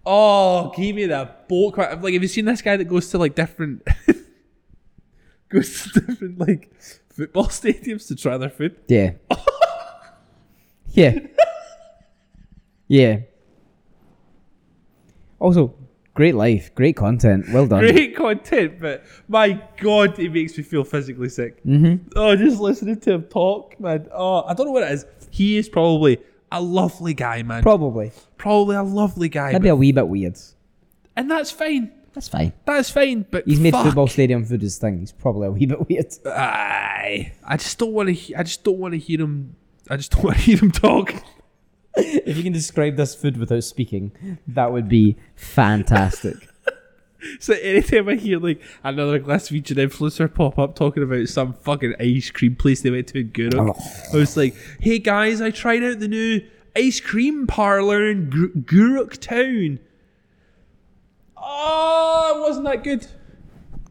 Speaker 1: Oh, give me that bolt cut. Like, have you seen this guy that goes to like different, goes to different like football stadiums to try their food?
Speaker 2: Yeah. yeah. Yeah. Also, great life, great content. Well done.
Speaker 1: Great content, but my god, it makes me feel physically sick. Mm-hmm. Oh, just listening to him talk, man. Oh, I don't know what it is. He is probably a lovely guy, man.
Speaker 2: Probably.
Speaker 1: probably a lovely guy,
Speaker 2: That'd
Speaker 1: but-
Speaker 2: be a wee bit weird.
Speaker 1: and that's fine.
Speaker 2: That's fine.
Speaker 1: That's fine. But
Speaker 2: He's made
Speaker 1: fuck.
Speaker 2: football stadium food his thing. He's probably a wee bit weird.
Speaker 1: Aye. I just don't want to. He- I just don't want to hear him. I just don't want to hear him talk.
Speaker 2: if you can describe this food without speaking, that would be fantastic.
Speaker 1: So anytime I hear like another Glaswegian influencer pop up talking about some fucking ice cream place they went to in Guru, I was like, "Hey guys, I tried out the new ice cream parlor in Gur- Guruk Town. Oh, it wasn't that good.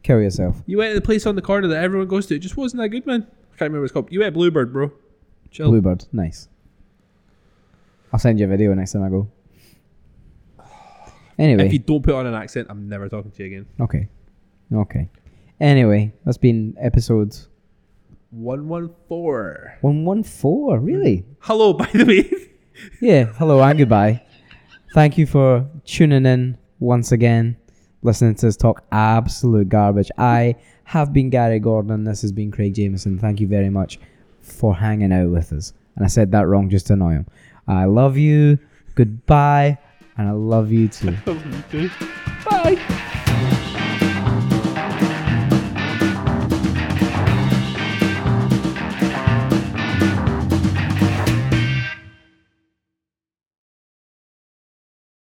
Speaker 2: Kill yourself.
Speaker 1: You went to the place on the corner that everyone goes to. It just wasn't that good, man. I can't remember what it's called. You went to Bluebird, bro. Chill.
Speaker 2: Bluebird, nice. I'll send you a video next time I go. Anyway,
Speaker 1: If you don't put on an accent, I'm never talking to you again.
Speaker 2: okay, okay. Anyway, that's been episode
Speaker 1: One one four.
Speaker 2: one one four. Really?
Speaker 1: Hello, by the way.
Speaker 2: Yeah. Hello and goodbye. Thank you for tuning in once again, listening to us talk absolute garbage. I have been Gary Gordon, and this has been Craig Jameson. Thank you very much for hanging out with us. And I said that wrong just to annoy him. I love you. Goodbye, and I love you too.
Speaker 1: Bye.